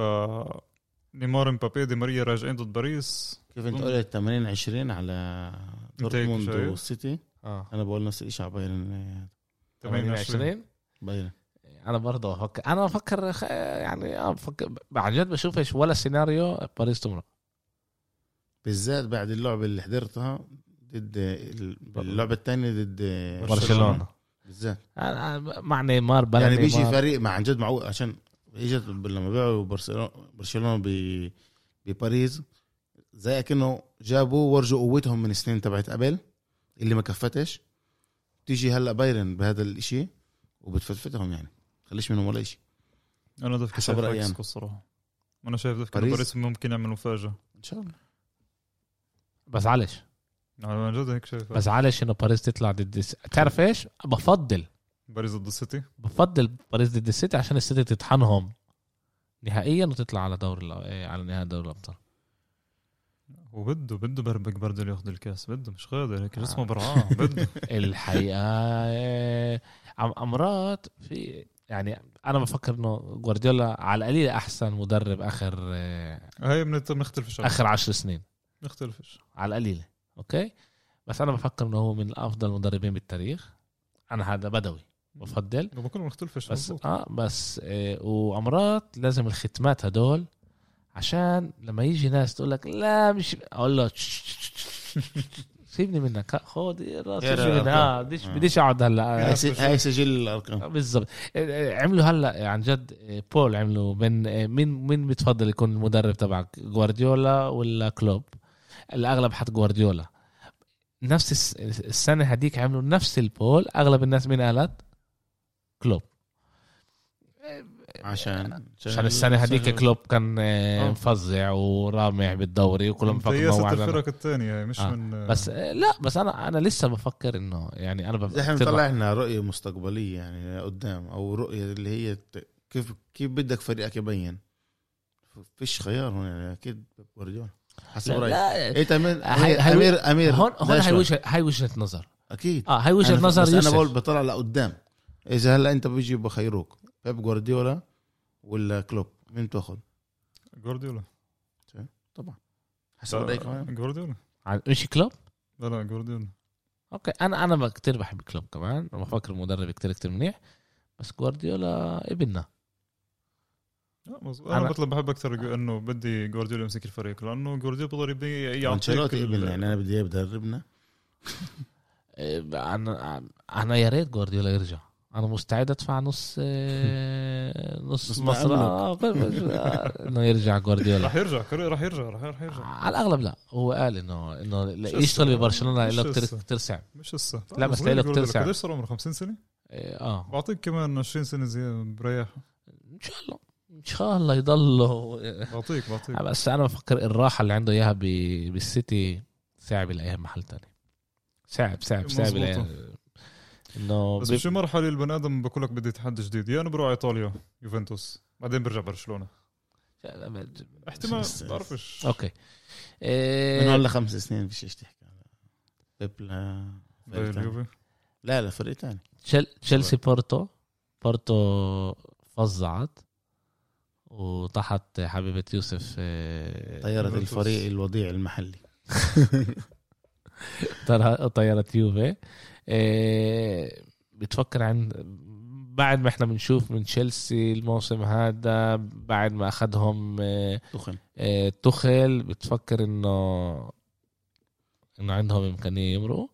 B: نيمار مبابي دي ماريا راجعين ضد باريس
C: كيف انت قلت 80 20 على
B: هيك
C: دورتموند
B: شايف؟
C: والسيتي
A: آه
C: انا بقول نفس الشيء على بايرن آه،
B: 28.
A: 28
C: بايرن
A: انا يعني برضه بفكر انا بفكر خ- يعني اه بفكر عن جد بشوفش ولا سيناريو باريس تمرق
C: بالذات بعد اللعبه اللي حضرتها ضد ال- اللعبه الثانيه ضد
A: برشلونه
C: بالذات
A: أنا- أنا مع نيمار بلا
C: يعني بيجي
A: نيمار.
C: فريق مع عن جد معقول عشان اجت لما بيعوا برشلونه برشلونه ب- بباريس زي كأنه جابوا ورجوا قوتهم من السنين تبعت قبل اللي ما كفتش تيجي هلا بايرن بهذا الاشي وبتفتفتهم يعني خليش منهم ولا اشي
B: انا دفكر
C: حسب
B: شايف
C: رأيي أنا.
B: عكسكم الصراحه انا شايف دفكر
C: باريس.
B: باريس, باريس ممكن يعمل مفاجاه
C: ان شاء الله
A: بس علش
B: انا يعني عن جد هيك شايف
A: بس علش انه باريس تطلع ضد الس- تعرف ايش؟ بفضل
B: باريس ضد السيتي
A: بفضل باريس ضد السيتي عشان السيتي تطحنهم نهائيا وتطلع على دور الأ- إيه، على نهائي دوري الابطال
B: وبده بده بربك بردل ياخذ الكاس بده مش قادر هيك
A: آه.
B: جسمه برعاه بده
A: الحقيقه إيه، عم- امرات في يعني انا بفكر انه جوارديولا على القليل احسن مدرب اخر إيه،
B: *laughs* هاي بنت- بنختلفش عليها.
A: اخر عشر سنين
B: بنختلفش
A: على القليله اوكي بس انا بفكر انه هو من افضل المدربين بالتاريخ انا هذا بدوي بفضل
B: لما كنا
A: بس
B: بنختلفش مزبوط.
A: اه بس آه وامرات لازم الختمات هدول عشان لما يجي ناس تقول لك لا مش اقول له سيبني منك خد راسي
C: اقرا
A: شيلني. اه
C: الأرقام.
A: بديش
C: آه.
A: بديش اقعد هلا
C: هاي
A: آه،
C: س- هاي سجل الارقام
A: بالضبط آه، آه، عملوا هلا عن جد آه، بول عملوا بين آه، مين مين بتفضل يكون المدرب تبعك جوارديولا ولا كلوب الاغلب حط جوارديولا نفس الس- السنه هديك عملوا نفس البول اغلب الناس مين قالت كلوب
C: عشان
A: عشان السنه هذيك
C: سجل.
A: كلوب كان آه،
B: آه.
A: مفزع ورامع بالدوري وكلهم فكروا
B: ديست
A: هو عمل-
B: الفرق الثانيه هاي مش
A: آه.
B: من
A: بس آه، لا بس انا انا لسه بفكر انه يعني انا بفكر
C: احنا طلعنا رؤيه مستقبليه يعني قدام او رؤيه اللي هي ت- كيف كيف بدك فريقك يبين فيش خيار هون يعني اكيد جوارديولا حسب
A: لا,
C: رايي
A: لا
C: ايه امير
A: هاي- هاي-
C: امير امير
A: هون هون
C: ده
A: هاي
C: شوي.
A: وجهه هاي وجهه نظر
C: اكيد
A: اه هاي وجهه
C: أنا- بس
A: نظر
C: انا بقول
A: يوسف
C: بطلع لقدام اذا هلا انت بيجي بخيروك بيب جوارديولا ولا كلوب مين بتاخذ؟
B: جوارديولا
C: طبعا حسب
B: آه،
C: رايك كمان
B: جوارديولا
A: عن- مش كلوب
B: لا لا جوارديولا
A: اوكي انا انا ب- كتير بحب كلوب كمان بفكر مدرب كتير كتير منيح بس جوارديولا ابننا
B: لا، مظبوط. انا
A: أنا-
B: بطلب بحب اكثر جو- انه بدي جوارديولا يمسك الفريق لانه جوارديولا بيقدر يبني يعطيك
C: انشيلوتي
B: ال-
C: ابن يعني انا بدي اياه بدربنا
A: آه، انا انا يا ريت جوارديولا يرجع انا مستعد ادفع نص آه،
C: نص
A: نص
C: ما
A: مصر آه، آه، انه يرجع
B: *laughs*
A: جوارديولا
B: راح يرجع كرو- راح يرجع راح راح يرجع
A: على الاغلب لا هو قال انه انه لا-
B: شو
A: يشتغل
B: السبب؟
A: ببرشلونه
B: شو
A: له كتير-
B: السبب؟
A: كتير صعب
B: مش هسه
A: لا، بس لإلك تلسع.
B: قديش صار عمره 50 سنه؟
A: إيه، اه
B: بعطيك كمان 20 سنه زي برياح
A: ان شاء الله ان شاء الله يضله
B: بعطيك بعطيك
A: *laughs* آه، بس انا بفكر الراحه اللي عنده اياها ب- بالسيتي صعب يلاقيها محل تاني صعب صعب صعب
B: مظبوطة.
A: يلاقيها انه
B: بس
A: بيب-
B: بشو مرحله البني ادم بقول لك بدي تحدي جديد يا انا بروح ايطاليا يوفنتوس بعدين برجع برشلونه احتمال
C: بس-
B: بعرفش
A: اوكي
C: من
A: إيه
C: هلا خمس سنين فيش إيش تحكي على بيب لا فريق
B: باين
C: تاني.
B: يوفي.
C: لا لا فريق ثاني
A: تشيل- تشيلسي بورتو بورتو فظعت وطاحت حبيبه يوسف إيه،
C: طيرت
B: يوفنتوس.
C: الفريق الوضيع المحلي
A: طر- طيارة يوفي إيه، بتفكر عن بعد ما احنا بنشوف من تشيلسي الموسم هذا بعد ما اخذهم إيه،
C: تخن
A: إيه، تخل بتفكر انه انه عندهم امكانيه يمرقوا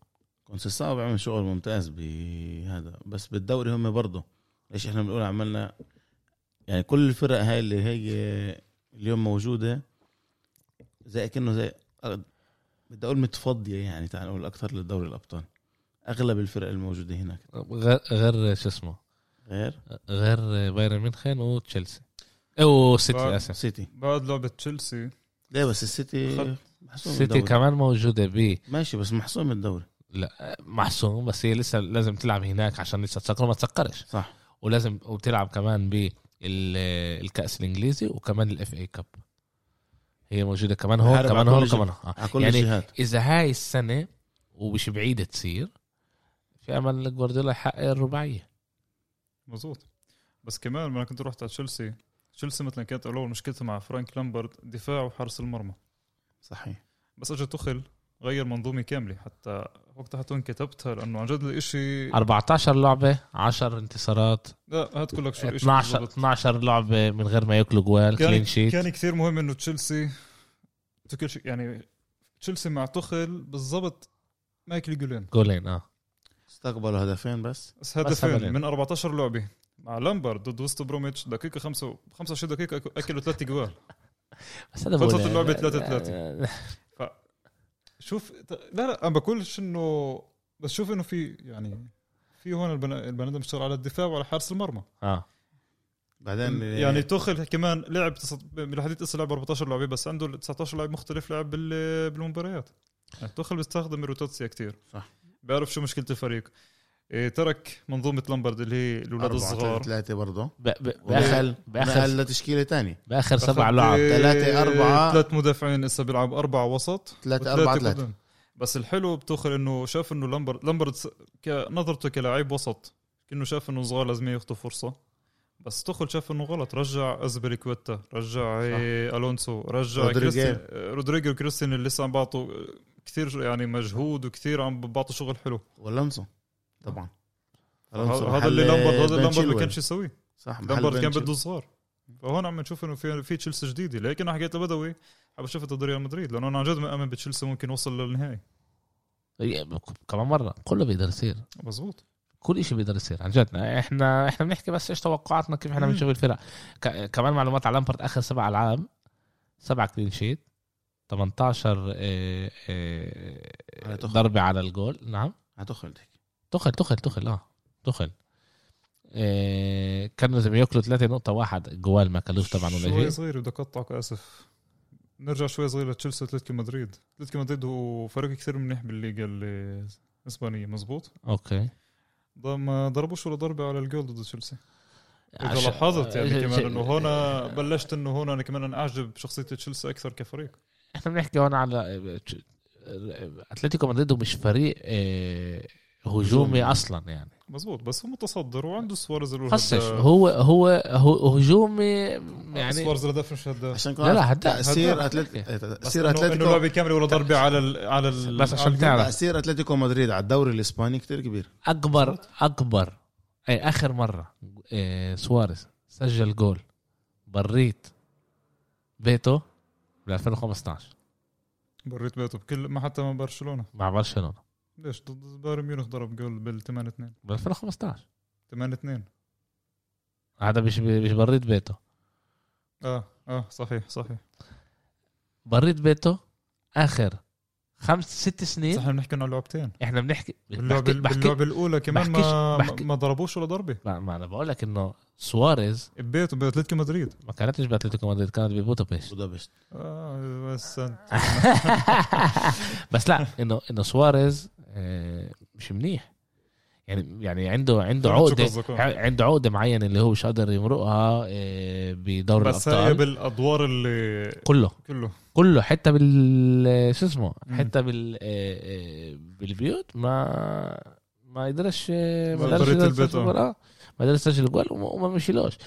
C: كونسيساو بيعمل شغل ممتاز بهذا بس بالدوري هم برضه ليش احنا بنقول عملنا يعني كل الفرق هاي اللي هي اليوم موجوده زي كأنه زي أغ- بدي اقول متفضيه يعني تعال نقول اكثر لدوري الابطال اغلب الفرق الموجوده هناك
A: غير غير شو اسمه
C: غير
A: غير بايرن ميونخن وتشيلسي او سيتي
B: آه.
A: اسف
C: سيتي
B: بعد لعبه تشيلسي
C: ليه بس السيتي
B: خط.
C: محسوم
A: سيتي
C: الدوري.
A: كمان موجوده ب
C: ماشي بس محسوم الدوري
A: محسوم بس هي لسه لازم تلعب هناك عشان لسه تسكر ما تسكرش
C: صح
A: ولازم وتلعب كمان بالكاس الانجليزي وكمان الاف اي كاب هي موجوده كمان هون
C: بحارب
A: كمان
C: على
A: هون
C: كل
A: كمان هون.
C: على
A: آه.
C: كل
A: يعني
C: الجهات
A: اذا هاي السنه ومش بعيده تصير في امل جوارديولا يحقق الرباعيه
B: مزبوط بس كمان لما كنت رحت على تشيلسي تشيلسي مثلا كانت الاول مشكلتها مع فرانك لامبرد دفاع وحارس المرمى
C: صحيح
B: بس اجى تخل غير منظومه كامله حتى وقتها حتى وين كتبتها لانه عن جد الاشي
A: 14 لعبه 10 انتصارات
B: لا هات لك شو الاشي
A: 12
B: بالضبط.
A: 12 لعبه من غير ما ياكلوا جوال كلين
B: كان
A: شيت
B: كان كثير مهم انه تشيلسي تكل شي- يعني تشيلسي مع تخل بالضبط مايكل جولين
A: جولين اه
C: استقبلوا هدفين بس
B: بس هدفين
A: هدفين.
B: من 14 لعبه مع لامبرد ضد وست بروميتش دقيقه 5 25 دقيقه أك- اكلوا ثلاث جوال
A: بس هذا
B: خلصت
A: بقول- إيه، آه.
B: اللعبة 3-3. شوف لا لا انا بقولش انه بس شوف انه في يعني في هون البنا- البني ادم اشتغل على الدفاع وعلى حارس المرمى
A: اه
C: بعدين
B: يعني تخل كمان لعب تص- بالحديد لسه لعب 14 لعبه بس عنده ال 19 لاعب مختلف لعب بال- بالمباريات يعني تخل بيستخدم الروتاتسيا كتير
C: صح.
B: بيعرف شو مشكله الفريق إيه ترك منظومه لامبرد اللي هي الاولاد الصغار
C: ثلاثة برضه
A: ب- ب- باخر
C: ودخل
A: باخر
C: نقل لتشكيلة تانية
A: باخر سبع لعب
C: ثلاثة، أربعة.
B: ثلاث إيه، مدافعين هسه بيلعب أربعة وسط
C: ثلاثة
B: وثلاثة
C: أربعة ثلاثة
B: قدام. بس الحلو بتوخل انه شاف انه لامبرد لامبرد س- كنظرته كلاعب وسط كانه شاف انه صغار لازم ياخذوا فرصه بس تخل شاف انه غلط رجع ازبريكويتا رجع إيه، الونسو رجع
C: رودريجو.
B: كريستيان رودريجو وكريستيان اللي لسه عم بعطوا كثير يعني مجهود وكثير عم بعطوا شغل حلو
C: والونسو طبعا ألونسو
B: هذا
C: محل
B: اللي لامبرد
C: بن
B: هذا لامبرد
C: شيلويل.
B: ما كانش يسويه
C: صح محل
B: لامبرد
C: بن
B: كان
C: شيل-
B: بده صغار فهون عم نشوف انه في في تشيلسي جديده لكن انا حكيت لبدوي حاب اشوف ضد ريال مدريد لانه انا عن جد مأمن بتشيلسي ممكن يوصل للنهائي
A: كمان مره كله بيقدر يصير
B: مزبوط
A: كل شيء بيقدر يصير عن جد احنا احنا بنحكي بس ايش توقعاتنا كيف احنا
B: مم.
A: بنشوف الفرق ك... كمان معلومات على لامبرت اخر سبع العاب سبعة كلين شيت 18 آه، آه،
C: على تخل.
A: ضربه على الجول نعم
C: هتخل تحكي
A: تخل تخل تخل اه تخل آه، كانوا لازم ياكلوا 3.1 جوال ما كلوش طبعا ولا
B: شوي
A: شيء
B: صغير بدي اقطعك اسف نرجع شوي صغير لتشيلسي اتلتيكو مدريد اتلتيكو مدريد هو فريق كثير منيح بالليغا الاسبانيه مزبوط
A: اوكي
B: ض- ما ضربوش ولا ضربه على الجول ضد تشيلسي
A: عش-
B: اذا لاحظت يعني
A: *laughs* آه،
B: كمان
A: شيء-
B: انه هون بلشت انه هون انا كمان انعجب بشخصيه تشيلسي اكثر كفريق
A: احنا بنحكي هون على اتلتيكو مدريد مش فريق آه، هجومي اصلا يعني
B: مزبوط بس هو متصدر وعنده سواريز اللي هو
A: خصش
B: هداف.
A: هو هو هو هجومي يعني
B: سواريز الهداف مش هداف
C: عشان
A: لا لا هداف
C: تأثير
A: هداف.
C: أتلت-
B: بس
C: تأثير
B: انه انه
C: أتلتيكو
B: لعبه كامله ولا ضربه على ال على ال
A: بس عشان
B: على الجول.
A: تعرف.
C: تأثير أتلتيكو مدريد على الدوري الإسباني كتير كبير
A: اكبر اكبر اي اخر مره إيه سواريز سجل جول بريت بيته ب 2015
B: بريت بيته بكل ما حتى مع برشلونه
A: مع برشلونه
B: ليش ضد بايرن ميونخ ضرب جول بال 8 2
A: ب 2015
B: 8 2
A: هذا مش مش بريد بيته
B: اه اه صحيح صحيح
A: بريد بيته اخر خمس ست
B: صح
A: سنين
B: احنا بنحكي انه لعبتين
A: احنا بنحكي
B: باللعبه
A: إيه؟ بحكي بحكي
B: باللعبه الاولى كمان
A: بحكيش-
B: ما
A: بحكي-
B: ما ضربوش ولا ضربه
A: ما ما انا بقول لك انه سواريز
B: ببيته باتلتيكو مدريد
A: ما كانتش باتلتيكو مدريد كانت ببودابست
C: بودابست
B: اه بس أنت-
A: *laughs* بس لا انه انه سواريز آه، مش منيح يعني يعني عنده عنده
B: فهمت شو
A: عقده
B: قصدك، آه.
A: ع- عنده عقده معينه اللي هو مش قادر يمرقها آه، بدوري
B: بس هي
A: الابطال
B: بالادوار اللي
A: كله
B: كله
A: كله حتى بال شو اسمه
B: مم.
A: حتى بال آه، آه، بالبيوت ما ما يقدرش آه، ما
B: ما
A: قدرش
B: قدرت
A: يقدر
B: البيت،
A: يسجل
B: آه.
A: جول، آه. ما قدرش يسجل جول وما وما مشيلوش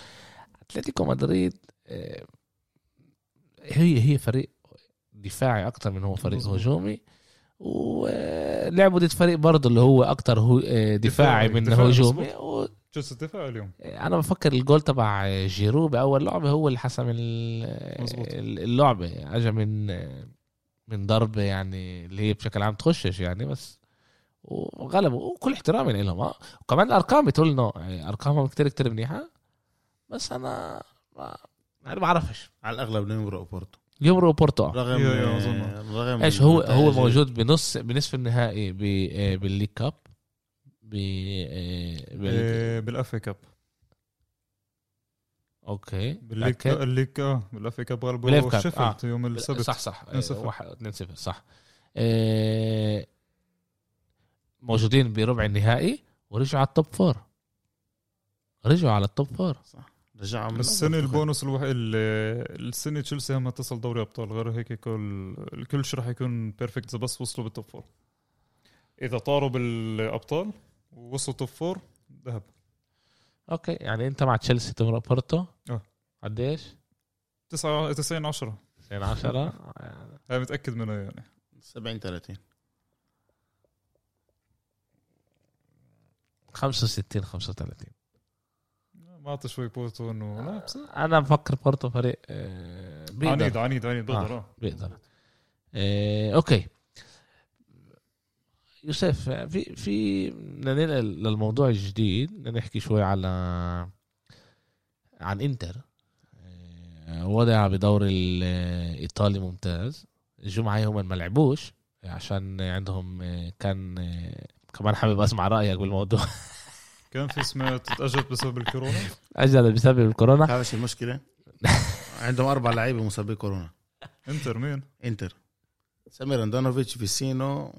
A: اتلتيكو مدريد آه، هي هي فريق دفاعي اكثر من هو فريق
B: مظبوط.
A: هجومي ولعبوا ضد فريق برضه اللي هو اكثر هو آه، دفاعي
B: دفاعي،
A: من
B: دفاعي
A: هجومي و-
B: شو استفاق اليوم
A: انا بفكر الجول تبع جيرو باول لعبه هو اللي حسم ال-
B: مظبوط.
A: ال- اللعبه اجى من من ضربه يعني اللي هي بشكل عام تخشش يعني بس وغلبوا وكل احترامي لهم اه وكمان الارقام بتقول انه ارقامهم كتير كتير منيحه بس انا ما انا ما بعرفش
C: على الاغلب بدهم يمرقوا بورتو
A: يمروا بورتو آه.
C: رغم
B: يا- يا إيه، أظن.
C: رغم
A: ايش هو هو
C: النتائج
A: موجود بنص بنصف النهائي ب- آه، بالليج كاب ب آه، بال-
B: إيه، بالافي كاب
A: اوكي
B: بالليك
A: لكن-
B: الليك اه بالافي كاب
A: بالليف
B: غلبوا
A: كاب،
B: شيفيلد يوم
A: لا،
B: السبت
A: آه. صح صح إيه،
B: 2-0.
A: 2 0 صح آه، موجودين بربع النهائي ورجعوا على التوب فور رجعوا على التوب فور
C: رجعوا من
B: السنه
C: الأول.
B: البونص الوحيد السنه تشيلسي هم اتصل دوري ابطال غير هيك كل الكل شو راح يكون بيرفكت اذا بس وصلوا بالتوب فور اذا طاروا بالابطال ووصلوا توب فور ذهب
A: اوكي يعني انت مع تشيلسي تمرق بورتو
B: آه.
A: قديش؟
B: 9 90 10
A: 2 10
B: هاي متاكد منها يعني
C: 70 30
A: 65 35
B: ما اعطى شوي بورتو انه لا بس
A: انا بفكر بورتو فريق آه،
B: عنيد
A: بيقدر
B: عنيد عنيد بقدر اه
A: بيقدر آه، اوكي يوسف في في بدنا ننقل للموضوع الجديد بدنا نحكي شوي على عن انتر آه، وضع بدوري الايطالي ممتاز الجمعه هم ما لعبوش عشان عندهم آه، كان آه، كمان حابب اسمع رايك بالموضوع *laughs*
B: كان في سمعت تاجلت بسبب الكورونا
A: اجل بسبب الكورونا
C: عارف شو المشكله؟ عندهم اربع لعيبه مصابين كورونا
B: انتر مين؟
C: انتر سمير اندونوفيتش فيسينو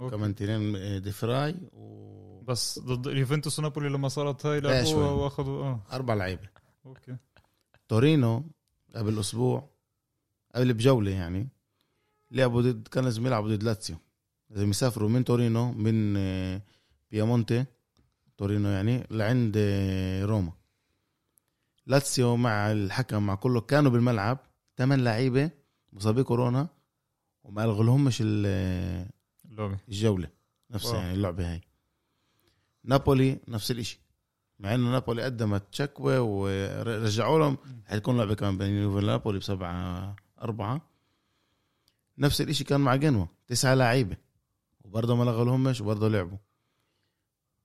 B: أوكي.
C: كمان تنين ديفراي و
B: بس ضد اليوفنتوس ونابولي لما صارت هاي
C: لا، إيه، شوي.
B: لعبوها واخذوا اه
C: اربع لعيبه
B: اوكي
C: تورينو قبل اسبوع قبل بجوله يعني لعبوا ضد كان لازم يلعبوا ضد لاتسيو لازم يسافروا من تورينو من آه، بيامونتي تورينو يعني لعند آه، روما لاتسيو مع الحكم مع كله كانوا بالملعب ثمان لعيبه مصابين كورونا وما الغوا لهمش ال- آه،
B: اللعبه
C: الجوله نفسها
B: واو.
C: يعني اللعبه هاي نابولي نفس الاشي مع انه نابولي قدمت شكوى ورجعوا لهم حتكون لعبه كمان بين يوفي ونابولي بسبعه اربعه نفس الاشي كان مع جنوة تسعه لعيبه وبرضه ما لغوا لهمش وبرضه لعبوا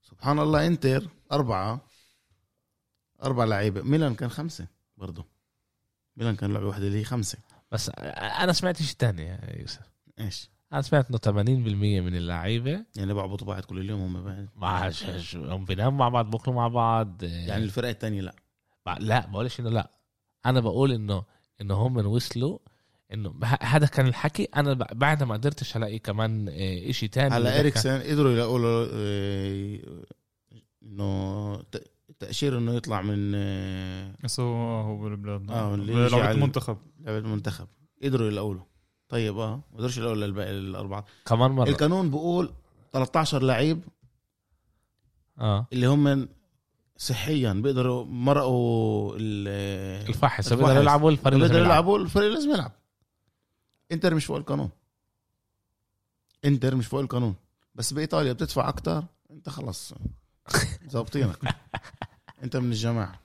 C: سبحان الله انتر اربعه اربع لعيبه ميلان كان خمسه برضه ميلان كان لعبه واحده اللي هي خمسه
A: بس انا سمعت شيء ثاني يا يوسف
C: ايش
A: انا سمعت انه 80% من اللعيبه
C: يعني بعبطوا بعض كل اليوم هم بعد
A: مع ش- ش- هم بيناموا مع بعض بياكلوا مع بعض
C: يعني الفرقه الثانيه لا
A: بع- لا بقولش انه لا انا بقول انه انه هم وصلوا انه ه- هذا كان الحكي انا ب- بعد ما قدرتش الاقي كمان آه، اشي تاني
C: على
A: اللي كان-
C: اريكسن قدروا يلاقوا له آه، انه ت- تاشير انه يطلع من آه،
B: بس هو اه هو بالبلاد
C: آه، اللي يجي
B: لعبه
C: على-
B: المنتخب
C: لعبه المنتخب قدروا يلاقوا له طيب اه ما قدروش يلاقوا للباقي الاربعه
A: كمان مره
C: القانون بقول 13 لعيب
A: اه
C: اللي هم صحيا بيقدروا مرقوا ال- آه،
A: الفحص
C: الفحص.
A: بيقدروا يلعبوا الفريق لازم
C: بيقدروا
A: يلعب
C: يلعبوا الفريق لازم يلعب انتر مش فوق القانون انتر مش فوق القانون بس بايطاليا بتدفع اكتر
A: *laughs*
C: انت خلص ظابطينك انت من الجماعه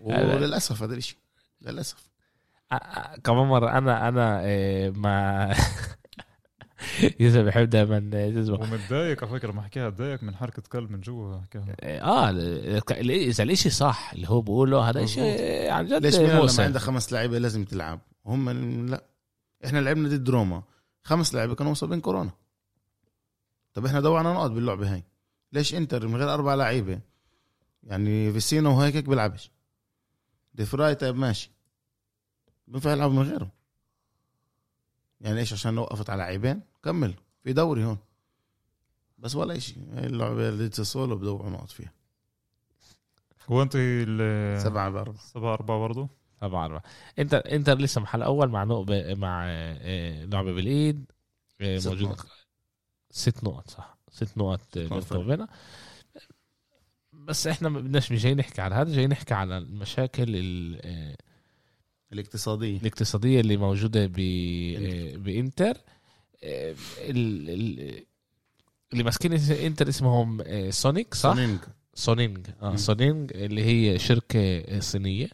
C: وللاسف هذا الشيء للاسف
A: *laughs* آه، آه، كمان مره انا انا آه، ما يا زلمه بحب دائما شو اسمه
B: ومتضايق على فكره ما حكاها اتضايق من حركه قلب من جوا حكاها
A: اه ال- ك- ال- اذا الاشي صح اللي هو بقوله هذا اشي عن جد
C: ليش ميلان لما
A: موسم
C: عندها خمس لعيبه لازم تلعب هم لا احنا لعبنا ضد روما خمس لعيبه كانوا مصابين كورونا طب احنا دوعنا نقط باللعبه هاي ليش انتر من غير اربع لعيبه يعني فيسينو وهيك هيك بيلعبش ديفراي طيب ماشي بينفع يلعب من غيره يعني ايش عشان وقفت على لعيبين كمل في دوري هون بس ولا شيء هاي اللعبه اللي سولو بدوعوا نقط فيها
B: هو انت ال
C: سبعه باربعه
B: 7 4 برضه
A: طبعا انتر انتر لسه محل اول مع نقبه مع آه، آه، لعبه بالايد آه،
C: ست
A: موجود
C: نقط.
A: ست نقط صح ست نقط آه،
C: نقط
A: بينكم
C: فرق.
A: وبينها بس احنا ما بدناش مش جاي نحكي على هذا جاي نحكي على المشاكل ال- آه،
C: الاقتصاديه
A: الاقتصاديه اللي موجوده ب آه، بانتر آه، ال- ال- اللي ماسكين انتر اسمهم آه، سونيك صح؟
C: سونينج.
A: سونينج اه
C: مم.
A: سونينج اللي هي شركه صينيه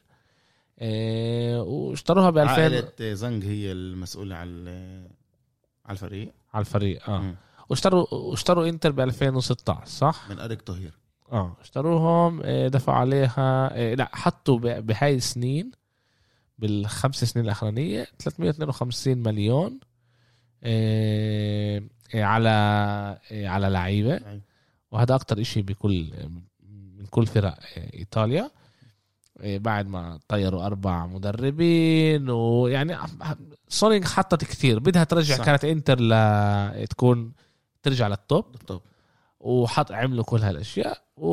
A: آه واشتروها ب 2000 على
C: عائلة زنج هي المسؤولة على على الفريق
A: الفريق اه
C: مم.
A: واشتروا اشتروا انتر ب 2016 صح؟
C: من أريك طهير
A: اه اشتروهم آه، دفعوا عليها آه، لا حطوا ب- بهاي السنين بالخمس سنين الاخرانيه 352 مليون آه، آه، على آه، على لعيبه
C: لعيبة.
A: وهذا اكتر شيء بكل من كل فرق آه، ايطاليا آه، بعد ما طيروا اربع مدربين ويعني سونينج حطت كثير بدها ترجع
C: صح.
A: صح. كانت انتر ل تكون ترجع للتوب
C: طب
A: وحط عملوا كل هالاشياء و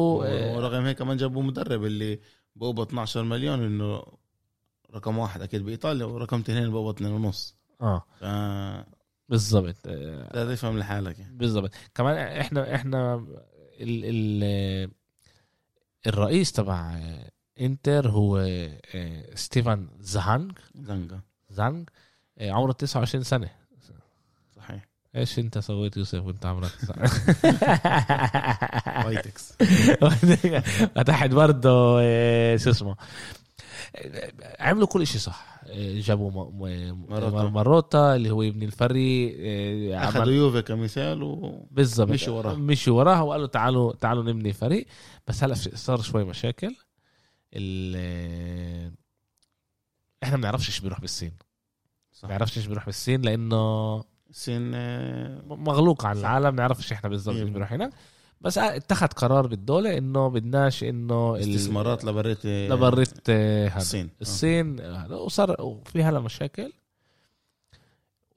C: ورغم هيك كمان جابوا مدرب اللي بقبض 12 مليون انه رقم واحد اكيد بايطاليا ورقم اثنين بقبض اثنين ونص
A: اه
C: ف لا
A: بالضبط آه،
C: تفهم لحالك يعني
A: بالضبط كمان احنا احنا ال ال الرئيس تبع آه، انتر هو آه، ستيفان زهانج
C: زنجا
A: زانج آه، عمره 29 سنه *laughs*
C: صحيح
A: ايش انت سويت يوسف وانت عمرك
C: *laughs* وايتكس
A: *laughs* فتحت برضه آه، شو اسمه آه، عملوا كل شيء صح آه، جابوا م- م-
C: ماروتا.
A: ماروتا اللي هو يبني الفريق آه، عمل-
C: اخذوا يوفي كمثال و
A: بالضبط
C: مشي وراه.
A: مشي وراه وقالوا تعالوا تعالوا نبني فريق بس هلا في- صار شوي مشاكل ال احنا ما بنعرفش ايش بيروح بالصين
C: صح.
A: ما بنعرفش ايش بيروح بالصين لانه
C: الصين آه،
A: م- مغلوق على العالم ما بنعرفش احنا بالضبط ايش
C: مية
A: بيروح هناك بس آه، اتخذ قرار بالدوله انه بدناش انه ال-
C: استثمارات لبريت آه،
A: لبريت آه، هذا
C: الصين
A: الصين هذا وصار وفي هلا مشاكل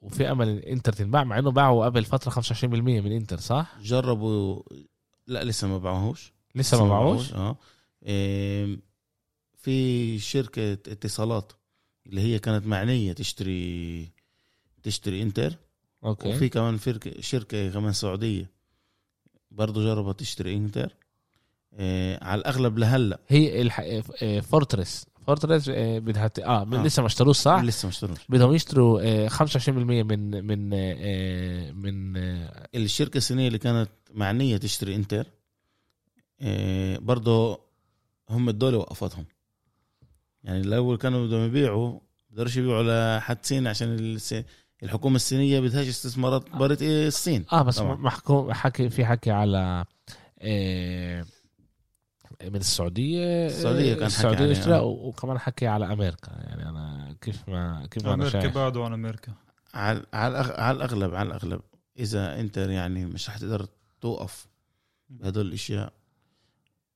A: وفي امل انتر تنباع مع انه باعوا قبل فتره 25% من انتر صح؟
C: آه. جربوا لا لسه ما باعوهوش
A: لسه ما باعوش؟
C: اه إيه، في شركة اتصالات اللي هي كانت معنية تشتري تشتري انتر
A: اوكي
C: وفي كمان فرك- شركة كمان سعودية برضه جربت تشتري انتر إيه، على الاغلب لهلا
A: هي الح... آه، فورترس فورترس آه، بدها ت... اه,
C: آه.
A: آه. لسه ما اشتروه صح
C: لسه ما اشتروش
A: بدهم يشتروا آه، 25% من من آه، آه، من آه،
C: الشركة الصينية اللي كانت معنية تشتري انتر إيه، برضه هم الدولة وقفتهم يعني الاول كانوا بدهم يبيعوا بقدرش يبيعوا لحد صيني عشان الس- الحكومة الصينية بدهاش استثمارات برة إيه، الصين
A: اه بس
C: طبعاً.
A: محكو حكي في حكي على آه، من السعوديه
C: السعودية كان حكي
A: السعوديه
C: عليها.
A: اشترى و- وكمان حكي على امريكا يعني انا كيف ما كيف ما انا
B: امريكا
A: شايف
B: بعدوا عن امريكا
C: على على الأغ- على الاغلب على الاغلب اذا انت يعني مش رح تقدر توقف بهدول الاشياء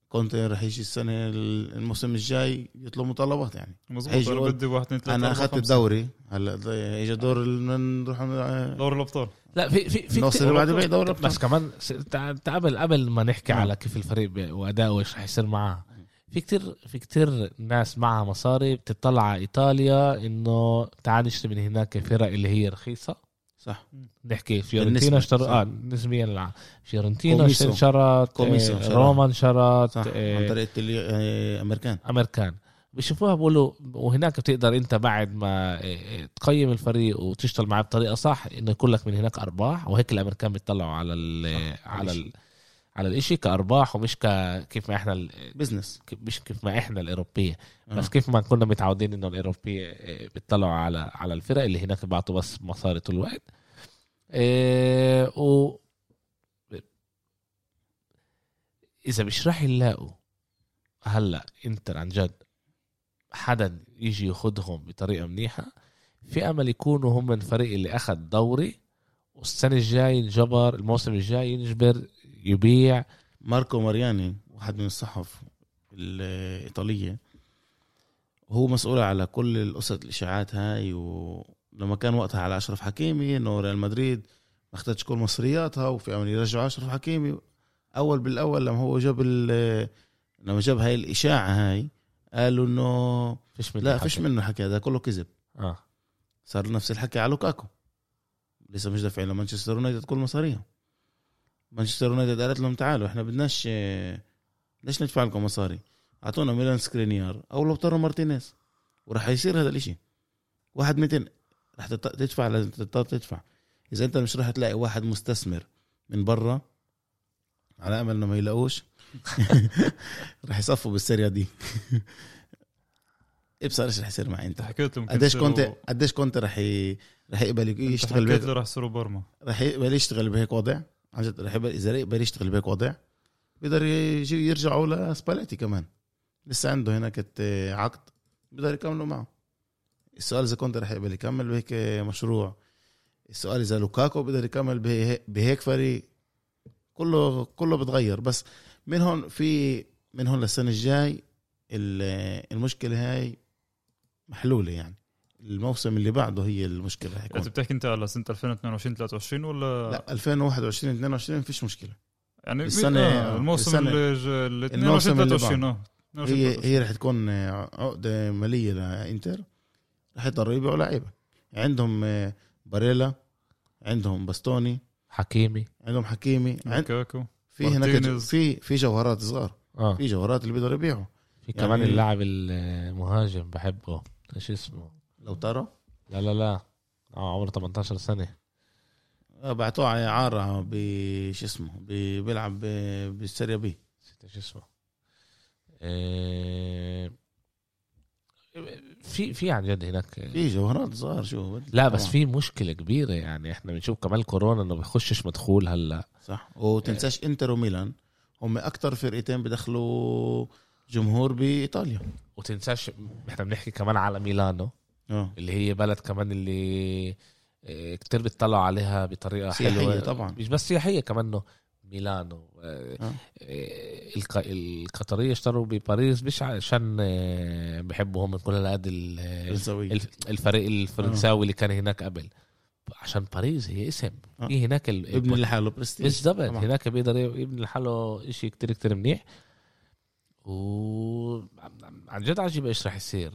C: كنت رح يجي السنه الموسم الجاي يطلب مطالبات يعني
B: مظبوط
C: هيجي
B: انا
C: يقول-
B: بدي واحد اثنين ثلاثه
C: انا
B: أربعة،
C: اخذت
B: خمسة.
C: الدوري هلا ض- اجى دور ال- نروح آه، ن-
B: دوري الابطال
A: لا في في في
C: نوصل
A: كتير-
C: بعد بقى دوري أبطال.
A: بس كمان س- تع- تع- قبل قبل ما نحكي
C: نعم.
A: على كيف الفريق ب- وادائه وايش رح يصير معاه في كتير في كتير ناس معها مصاري بتطلع على ايطاليا انه تعال نشتري من هناك فرق اللي هي رخيصه
C: صح
A: نحكي فيورنتينا
C: بالنسبة،
A: اشترى
C: صح.
A: اه نسبيا لع- فيورنتينا
C: كوميسو.
A: انشرت
C: كوميسو
A: آه،
C: انشرت.
A: روما انشرت
C: صح عن
A: آه،
C: طريق التلي- آه، امريكان
A: امريكان بيشوفوها بيقولوا وهناك بتقدر انت بعد ما آه، تقيم الفريق وتشتغل معاه بطريقه صح انه يكون لك من هناك ارباح وهيك الامريكان بيطلعوا على ال على ال على الاشي كارباح ومش ك- كيف ما احنا ال-
C: بزنس
A: ك- مش كيف ما احنا الاوروبيه بس
C: آه.
A: كيف ما كنا متعودين انه الاوروبيه آه، بيطلعوا على على الفرق اللي هناك بيعطوا بس مصاري طول الوقت إيه و اذا مش راح يلاقوا هلا انتر عن جد حدا يجي ياخذهم بطريقه منيحه في امل يكونوا هم من الفريق اللي اخذ دوري والسنه الجاي ينجبر الموسم الجاي ينجبر يبيع
C: ماركو مارياني واحد من الصحف الإيطالية هو مسؤول على كل القصة الإشاعات هاي ولما كان وقتها على أشرف حكيمي إنه ريال مدريد ما اخذتش كل مصرياتها وفي أمل يرجعوا أشرف حكيمي أول بالأول لما هو جاب ال- لما جاب هاي الإشاعة هاي قالوا إنه
A: فيش من
C: لا
A: حدا.
C: فيش منه حكي هذا كله كذب
A: اه
C: صار نفس الحكي على لوكاكو لسه مش دافعين لمانشستر يونايتد كل مصاريهم مانشستر يونايتد قالت لهم تعالوا احنا بدناش اه، بدناش ندفع لكم مصاري اعطونا ميلان سكرينيار او لوتارو مارتينيز وراح يصير هذا الاشي واحد 200 راح تت- تدفع لازم تضطر تدفع اذا انت مش راح تلاقي واحد مستثمر من برا على امل انه ما يلاقوش *laughs* راح يصفوا بالسيريا دي *laughs* ابصر ايش راح يصير مع انت
B: انت حكيت لهم
C: قديش
B: كنسلوا-
C: كنت قديش كنت رح ي... رح يقبل
B: انت
C: يشتغل
B: حكيت
C: بهيك
B: له راح يصيروا برما
C: رح يقبل يشتغل بهيك وضع عن جد رح يقبل اذا يقبل يشتغل بهيك وضع بيقدر يجي يرجعوا لسباليتي كمان لسه عنده هناك الت- عقد بيقدر يكملوا معه السؤال اذا كنت رح يقبل يكمل بهيك مشروع السؤال اذا لوكاكو بيقدر يكمل بهي- بهيك فريق كله كله بتغير بس من هون في من هون للسنه الجاي ال- المشكله هاي محلوله يعني الموسم اللي بعده هي المشكله حيكون
B: انت بتحكي انت على سنه 2022 23
A: آه.
B: ولا
C: لا 2021 22 مفيش مشكله
B: يعني
C: السنة-
B: آه، الموسم
C: السنة-
B: اللي ج- اللي
C: الموسم
B: 22
C: اللي
B: 23 اه 22
C: هي
B: 23.
C: هي رح تكون آه، عقده ماليه لانتر رح يضطروا يبيعوا لعيبه عندهم آه، باريلا عندهم باستوني
A: حكيمي
C: عندهم حكيمي عند
B: لوكاكو
C: في هناك
B: مارتينيز.
C: في في جوهرات صغار
A: اه
C: في جوهرات اللي بيقدروا يبيعوا
A: في كمان
C: يعني-
A: اللاعب المهاجم بحبه ايش اسمه
C: لو ترى
A: لا لا لا اه عمره 18 سنه
C: آه، بعتوه على اعاره بش اسمه ب- بيلعب ب- بالسيريا بي
A: نسيت ايش اسمه آه، في في عن جد هناك
C: في جوهرات صغار شو بدك.
A: لا بس
C: طبعاً.
A: في مشكله كبيره يعني احنا بنشوف كمان كورونا انه بخشش مدخول هلا
C: صح وتنساش انتر وميلان هم اكثر فرقتين بدخلوا جمهور بايطاليا
A: وتنساش احنا بنحكي كمان على ميلانو
C: اه
A: اللي هي بلد كمان اللي آه، كتير بيطلعوا عليها بطريقه
C: سياحيه
A: حلوه
C: طبعا
A: مش بس سياحيه كمان إنه ميلانو آه،
C: آه.
A: آه، الق- القطريه اشتروا بباريس مش عشان آه، بحبوا هم كل هالقد ال-
C: الزاويه
A: الف-
C: آه.
A: الفريق الفرنساوي اللي كان هناك قبل عشان باريس هي اسم
C: آه.
A: في هناك ال-
C: ابن لحاله برستيج
A: بالضبط
C: طبعاً.
A: هناك بيقدر يبني لحاله شيء كتير كتير منيح و عن جد عجيب ايش رح يصير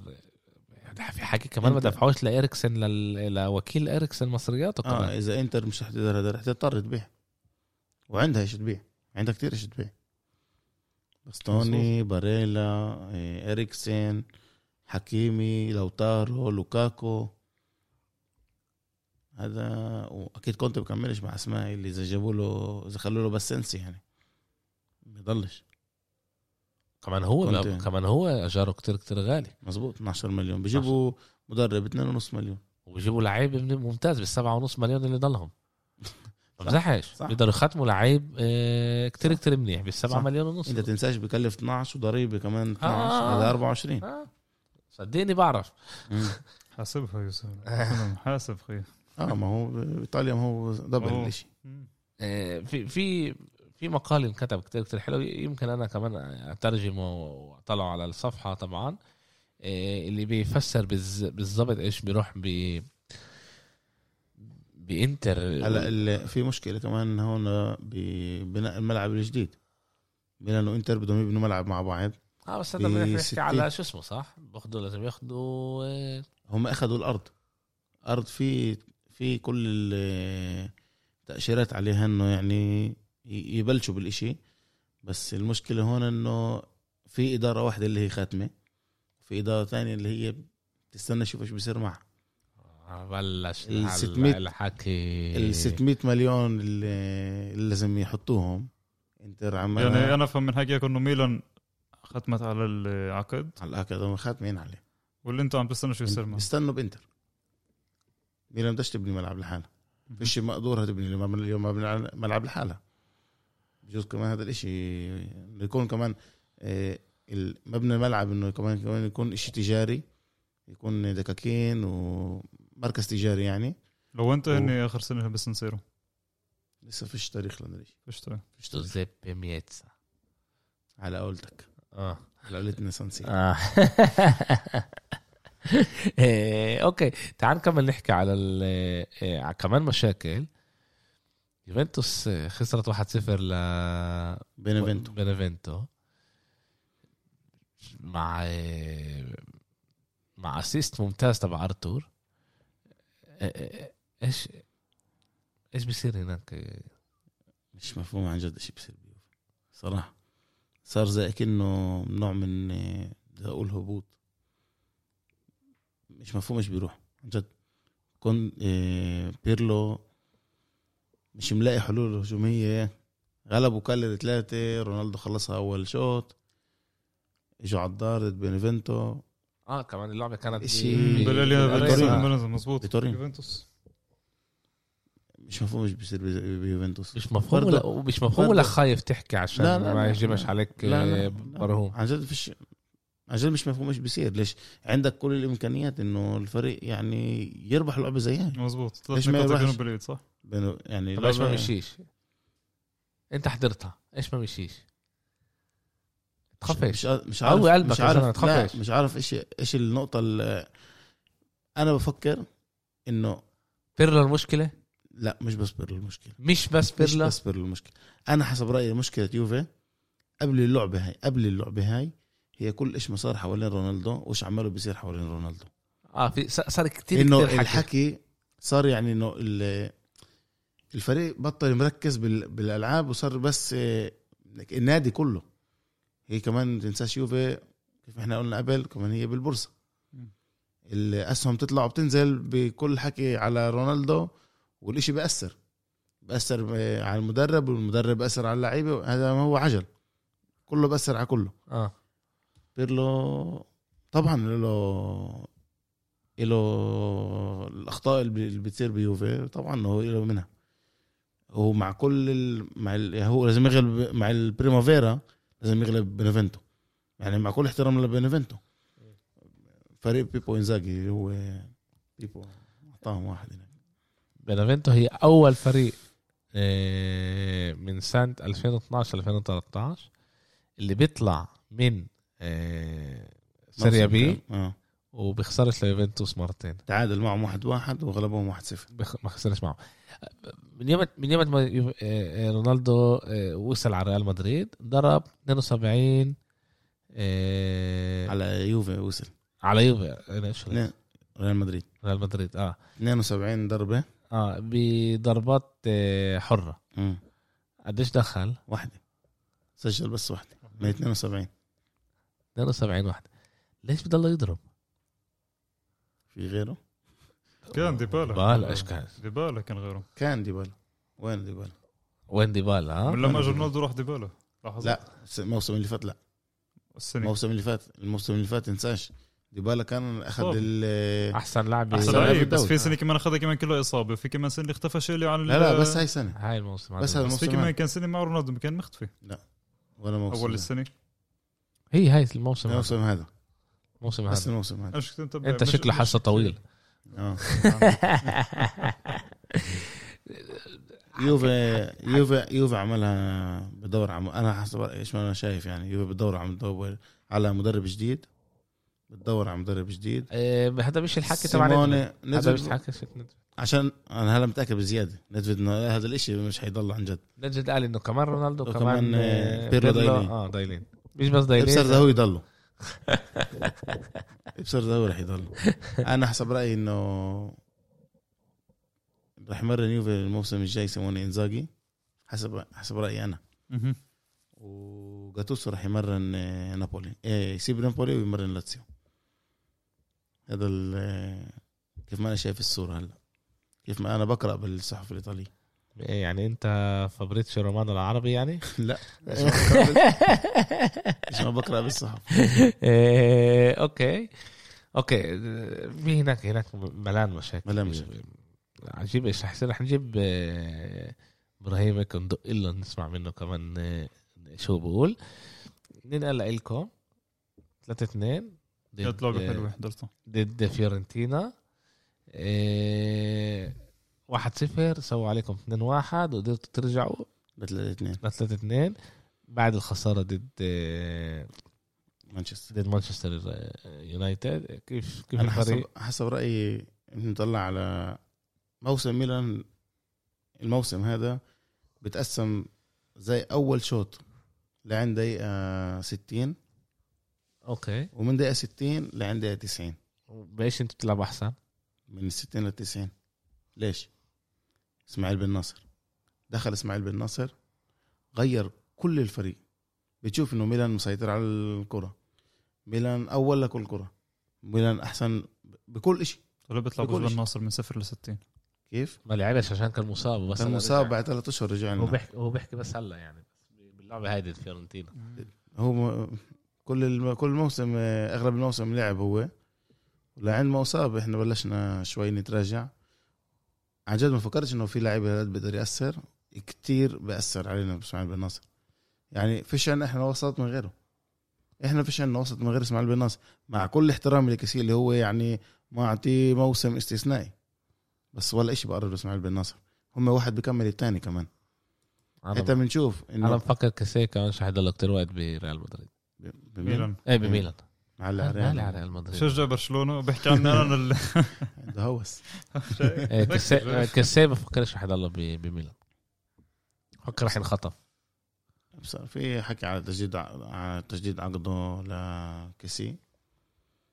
A: يعني في حكي كمان ما
C: أنت-
A: دفعوش لاريكسن لل... لوكيل اريكسن مصرياته كمان
C: اه اذا انتر مش رح تقدر هذا رح تضطر تبيع وعندها ايش تبيع عندها كتير ايش تبيع باستوني باريلا إيه، اريكسن حكيمي لوتارو لوكاكو هذا واكيد كنت بكملش مع اسماء اللي اذا جابوا له اذا خلوا له بس سنسي يعني بضلش
A: كمان هو
C: كنت-
A: بقى- كمان هو اجاره كتير كتير غالي
C: مزبوط 12 مليون بيجيبوا مدرب 2.5 مليون
A: وبيجيبوا لعيب ابن ممتاز بالسبعة ونص مليون اللي
C: *laughs*
A: ضلهم ما بزحش
C: صح.
A: بيقدروا يختموا لعيب آه، كتير كتير منيح بالسبعة
C: صح.
A: مليون ونص
C: انت تنساش بكلف 12 وضريبه كمان 12
A: آه.
C: هذا 24
A: آه. صدقني بعرف
C: مم.
B: حاسبها يوسف
C: *laughs* آه.
B: أنا محاسب خي
C: اه ما هو بايطاليا ما هو دبل
B: أوه.
C: الشيء
A: آه، في في في مقال انكتب كتير كتير حلو يمكن انا كمان اترجمه واطلعه على الصفحه طبعا آه، اللي بيفسر بالز- بالظبط ايش بيروح ب بانتر
C: هلا ال- في مشكله كمان هون ببناء الملعب الجديد ميلان وانتر بدهم يبنوا ملعب مع بعض
A: اه بس هذا بنحكي
C: بستين.
A: على شو اسمه صح؟ باخذوا لازم ياخذوا آه،
C: هم اخذوا الارض ارض في في كل التاشيرات عليها انه يعني ي- يبلشوا بالإشي بس المشكله هون انه في اداره واحده اللي هي خاتمه في اداره ثانيه اللي هي بتستنى شوف ايش بيصير معها
A: بلش
C: ال
A: على
C: 600
A: الحكي
C: ال 600 مليون اللي اللي لازم يحطوهم انتر عمال
B: يعني انا افهم من حكيك انه ميلان ختمت على العقد
C: على الاكل هم خاتمين عليه
B: واللي انتم عم تستنوا شو يصير معه
C: استنوا بانتر ميلان بدهاش تبني ملعب لحالها فيش مقدورها تبني اليوم اليوم ملعب- ملعب لحالها بجوز كمان هذا الاشي إنه يكون كمان آه، ال- مبنى الملعب انه كمان كمان يكون اشي تجاري يكون دكاكين ومركز تجاري يعني
B: لو انت هني اخر سنه بس نصيروا
C: لسه فيش تاريخ لهذا الاشي
B: ايش ترى؟
A: جوزيبي ميتسا
C: على قولتك
A: اه
C: على قولتنا سانسيرو
A: آه. *laughs* إيه، اوكي تعال نكمل نحكي على ال إيه، على كمان مشاكل يوفنتوس إيه، خسرت 1-0 ل
C: بينيفنتو
A: بنفنتو مع آه، مع اسيست ممتاز تبع آه، ارتور ايش ايش بيصير هناك
C: مش مفهوم عن جد ايش بصير بيوفي صراحه صار زي كأنه نوع من آه، بدي اقول هبوط مش مفهوم ايش بيروح عن جد كون آه، بيرلو مش ملاقي حلول هجوميه غلبوا كالر ثلاثة رونالدو خلصها أول شوط اجوا على الدار ضد بينيفنتو
A: اه كمان اللعبه كانت
C: إشي-
A: ب-
C: بالأرينا.
B: بالاليا
A: بالأرينا.
B: بالأرينا، مظبوط
C: بتورينو.
B: يوفنتوس
C: مش مفهوم ايش بيصير بي- بيوفنتوس
A: مش مفهوم ولا مش مفهوم ولا خايف تحكي عشان
C: لا، لا، لا،
A: ما
C: لا.
A: يجيبش عليك آه،
C: لا، لا، لا.
A: برهوم
C: عن جد فيش عن جد مش مفهوم ايش بيصير ليش عندك كل الامكانيات انه الفريق يعني يربح لعبه زي هاي
B: مظبوط
C: ليش
B: ثلاث
C: ما
B: نقاط
C: يروحش؟
B: كانوا بالليد صح؟
C: بينه- يعني
A: طب ايش ما
C: لعبة-
A: مشيش انت حضرتها ايش ما مشيش
C: مش
A: تخافش
C: مش عارف
A: قوي قلبك
C: مش
A: يا زلمة،
C: عارف
A: تخافش.
C: لا مش عارف ايش ايش النقطه اللي انا بفكر انه
A: بيرلو المشكله
C: لا مش بس بيرلو المشكله
A: مش بس
C: مش
A: بيرلو
C: بس بيرلو المشكله انا حسب رايي مشكله يوفي قبل اللعبه هاي قبل اللعبه هاي هي كل ايش ما صار حوالين رونالدو وايش عماله بيصير حوالين رونالدو
A: اه في ص- صار كتير
C: انه
A: كتير حكي.
C: الحكي صار يعني انه ال- الفريق بطل مركز بال- بالالعاب وصار بس آه، النادي كله هي كمان ما تنساش يوفي كيف احنا قلنا قبل كمان هي بالبورصه
B: مم.
C: الاسهم تطلع وبتنزل بكل حكي على رونالدو والإشي بأثر بأثر آه، على المدرب والمدرب بأثر على اللعيبه هذا ما هو عجل كله بأثر على كله
A: اه
C: بيرلو طبعا له له الاخطاء اللي اللي بتصير بيوفي طبعا هو له منها هو مع كل ال... مع ال... يعني هو لازم يغلب مع البريمافيرا لازم يغلب بنفنتو يعني مع كل احترام لبنفنتو فريق بيبو انزاجي هو بيبو اعطاهم واحد هناك
A: بنافنتو هي اول فريق آه، من سنه 2012 2013 اللي بيطلع من آه، سيريا بي
C: اه
A: وبيخسرش ليوفنتوس مرتين
C: تعادل معهم واحد واحد وغلبهم واحد صفر
A: بخ- ما خسرش معه من يوم من يوم ما يو- آه، آه، رونالدو آه، وصل على ريال مدريد ضرب 72 آه،
C: على نعم. يوفي وصل
A: على يوفي أنا إيش قلت؟
C: لا، ريال مدريد
A: ريال مدريد اه
C: 72 ضربه
A: اه بضربات آه، حره
C: مم.
A: قديش دخل؟
C: واحدة سجل بس واحدة من 72
A: 72 واحد ليش بضل يضرب؟
C: في غيره
B: كان ديبالا
A: ديبالا ايش كان؟
B: ديبالا كان غيره
C: كان ديبالا وين ديبالا؟
A: وين ديبالا ها؟
B: من لما اجى رونالدو راح ديبالا لاحظت؟
C: آه، لا الس- الموسم اللي فات لا
B: السنه
C: الموسم اللي فات الموسم اللي فات تنساش ديبالا كان اخذ
B: طب.
C: ال
A: احسن لاعب
C: أحسن
B: احسن
A: بال-
C: لاعب.
B: لعيب بس
C: بالدوري.
B: في سنه كمان اخذها كمان كلها اصابه في كمان سنه اللي اختفى شيلي عن ال-
C: لا لا بس هاي سنة
A: هاي الموسم
C: بس
A: هذا.
C: هذا
B: بس في
C: الموسم
B: كمان
C: هاي.
B: كان سنه مع رونالدو كان مختفي
C: ولا موسم
B: اول
C: هذا.
B: السنه
A: هي هاي الموسم هذا.
C: الموسم هذا
A: الموسم
C: بس
A: هذا
C: الموسم هذا
A: *laughs*
B: انا شو كنت متابع
A: انت
B: مش-
A: شكله
B: مش-
A: حاسه طويل *laughs*
C: اه يوفي يوفي يوفي عملها بدور عم انا حسب رأيي، ايش ما انا شايف يعني يوفي بدور عم بدور على مدرب جديد بتدور على مدرب جديد
A: آه، هذا مش الحكي تبع ندفد.
C: سيموني
A: هذا مش
C: نزل
A: الحكي شت ندفد.
C: عشان انا هلا متاكد بزياده ندفد انه هذا الاشي مش حيضل عن جد
A: نجد قال انه كمان رونالدو
C: وكمان،
A: كمان
C: آه،
A: آه،
C: بيرلو دايلين.
A: اه دايلين مش بس
C: ابصر ده
A: دايلين
C: هو يضله ابصر ده هو رح يضل انا حسب رايي انه رح يمرن يوفي الموسم الجاي سيموني انزاجي حسب حسب رايي انا
B: مهم.
C: وجاتوسو رح يمرن آه، نابولي إيه، يسيب نابولي ويمرن لاتسيو هذا ال- آه، كيف ما انا شايف الصوره هلا كيف ما انا بقرا بالصحف الايطاليه
A: إيه، يعني انت فابريتشيو رومانو العربي
C: *laughs*
A: يعني
C: لا مش ما بقرأ
A: *laughs*
C: بال- مش ما بقرا بالصحف
A: إيه، اوكي اوكي في هناك هناك ملان مشاكل
C: ملان مشاكل.
A: عجيب ايش رح يصير رح نجيب آه، ابراهيم هيك ندق له نسمع منه كمان آه، شو بقول ننقل لكم آه، 3 2
B: كانت لعبه
C: إيه.
B: حلوه حضرتها
A: ضد فيورنتينا إيه، واحد صفر سووا عليكم 2 واحد وقدرتوا ترجعوا
C: بثلاثة اثنين
A: ل 3 2 بعد الخسارة ضد إيه،
C: مانشستر
A: ضد مانشستر آه، يونايتد كيف كيف
C: انا
A: الفريق
C: حسب حسب رايي بنطلع على موسم ميلان الموسم هذا بتقسم زي اول شوط لعند دقيقه 60
A: اوكي
C: ومن دقيقه 60 لعند دقيقه 90
A: بايش انتوا بتلعبوا احسن؟
C: من 60 ل 90 ليش؟ اسماعيل بن نصر دخل اسماعيل بن نصر غير كل الفريق بتشوف انه ميلان مسيطر على الكره ميلان اول لكل كره ميلان احسن بكل شيء
B: طلع بيطلع
C: بكل
B: بن
C: شيء.
B: ناصر من صفر ل 60
C: كيف؟
A: ما لعبش عشان كان مصاب بس
C: كان مصاب بعد ثلاث اشهر رجع
A: هو
C: لنا
A: بيحكي هو بيحكي بس هلا يعني باللعبة هاي ضد فيورنتينا
C: هو م- كل الم... كل موسم آه، اغلب الموسم لعب هو لعند ما اصاب احنا بلشنا شوي نتراجع عن جد ما فكرتش انه في لاعب هذا بيقدر ياثر كتير بأثر علينا باسماعيل بن ناصر يعني فيش عنا احنا وسط من غيره احنا فيش عنا وسط من غير اسماعيل بن ناصر مع كل احترامي لكسي اللي هو يعني ما اعطيه موسم استثنائي بس ولا شيء بقرب لاسماعيل بن ناصر هم واحد بكمل الثاني كمان حتى
A: انا
C: بنشوف
A: انا
C: انه
A: مفكر كسي كمان مش حيضل كتير وقت بريال مدريد
C: ب- بمين؟
B: ميلان
A: ايه بميلان
C: مع
A: ما
C: العراق
A: لي على ريال
C: طيب.
A: مدريد
B: شجع برشلونه بحكي عننا انا
C: *laughs*
B: ال-
C: عنده
B: *laughs*
C: هوس
A: إيه، كسي كسي ما بفكرش رح يضل ب- بميلان بفكر رح ينخطف
C: بس في حكي على تجديد ع- على تجديد عقده لكيسي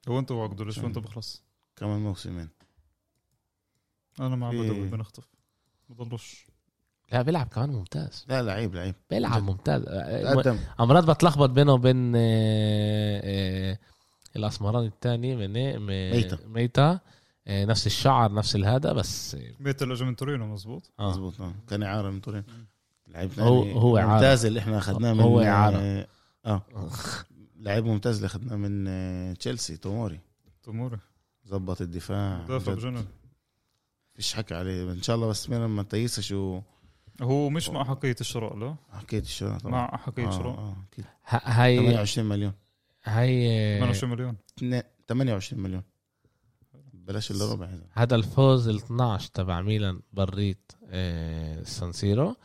B: هو انتوا وعقدوا ليش وانتوا بخلص
C: كمان موسمين
B: انا مع
C: إيه.
B: بدوي بنخطف ما ضلوش
A: لا بيلعب كمان ممتاز
C: لا لعيب لعيب
A: بيلعب ممتاز آه، م-
C: تقدم
A: امراض بتلخبط بينه وبين آه، آه، الاسمراني الثاني من إيه؟ م-
C: ميتا.
A: ميتا آه، نفس الشعر نفس الهذا بس
B: ميت اللي اجى من تورينو مزبوط
A: آه.
C: مظبوط آه. كان اعاره من تورين لعيب
A: هو-
C: تاني
A: هو إعارة.
C: ممتاز اللي احنا اخذناه من
A: هو إعارة. آه.
C: اه لعيب ممتاز اللي اخذناه من آه، تشيلسي توموري
B: تموري
C: ظبط الدفاع
B: مدافع
C: آه، جد.
B: بجنن
C: فيش حكي عليه ان شاء الله بس ميلان ما تيسش
B: هو مش مع حقيه الشراء لا
C: وحكيت الشراء طبعا
B: مع حقيه
C: آه
B: شراء
C: آه أكيد.
A: ه- هاي
C: 28 مليون
A: هاي آه،
B: 28 مليون
C: اتنين- 28 مليون بلاش الا ربع هذا.
A: هذا الفوز ال 12 تبع ميلان بريت آه، سانسيرو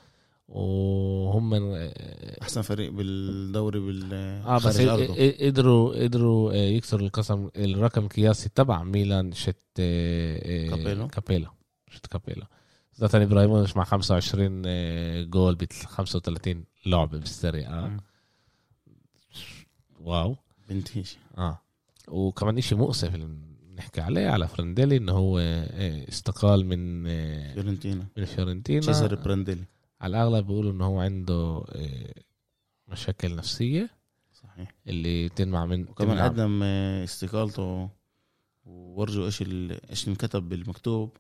A: وهم آه،
C: احسن فريق بالدوري بال
A: اه بس
C: خارج أرضه.
A: ق- قدروا قدروا آه، يكسروا القسم الرقم القياسي تبع ميلان شت آه، آه،
C: كابيلو.
A: كابيلو شت كابيلو زلاتان ابراهيموفيتش مع 25 آه، جول ب 35 لعبه بالسيريا آه.
B: مم.
A: واو
C: بنتيش
A: اه وكمان شيء مؤسف اللي نحكي عليه على فرنديلي انه هو آه، استقال من آه،
C: فيورنتينا
A: من فيورنتينا
C: تشيزر برانديلي
A: على الاغلب بيقولوا انه هو عنده آه، مشاكل نفسيه
C: صحيح
A: اللي تنمع من
C: وكمان
A: تمنع-
C: قدم آه، استقالته وورجوا ايش ال- ايش انكتب بالمكتوب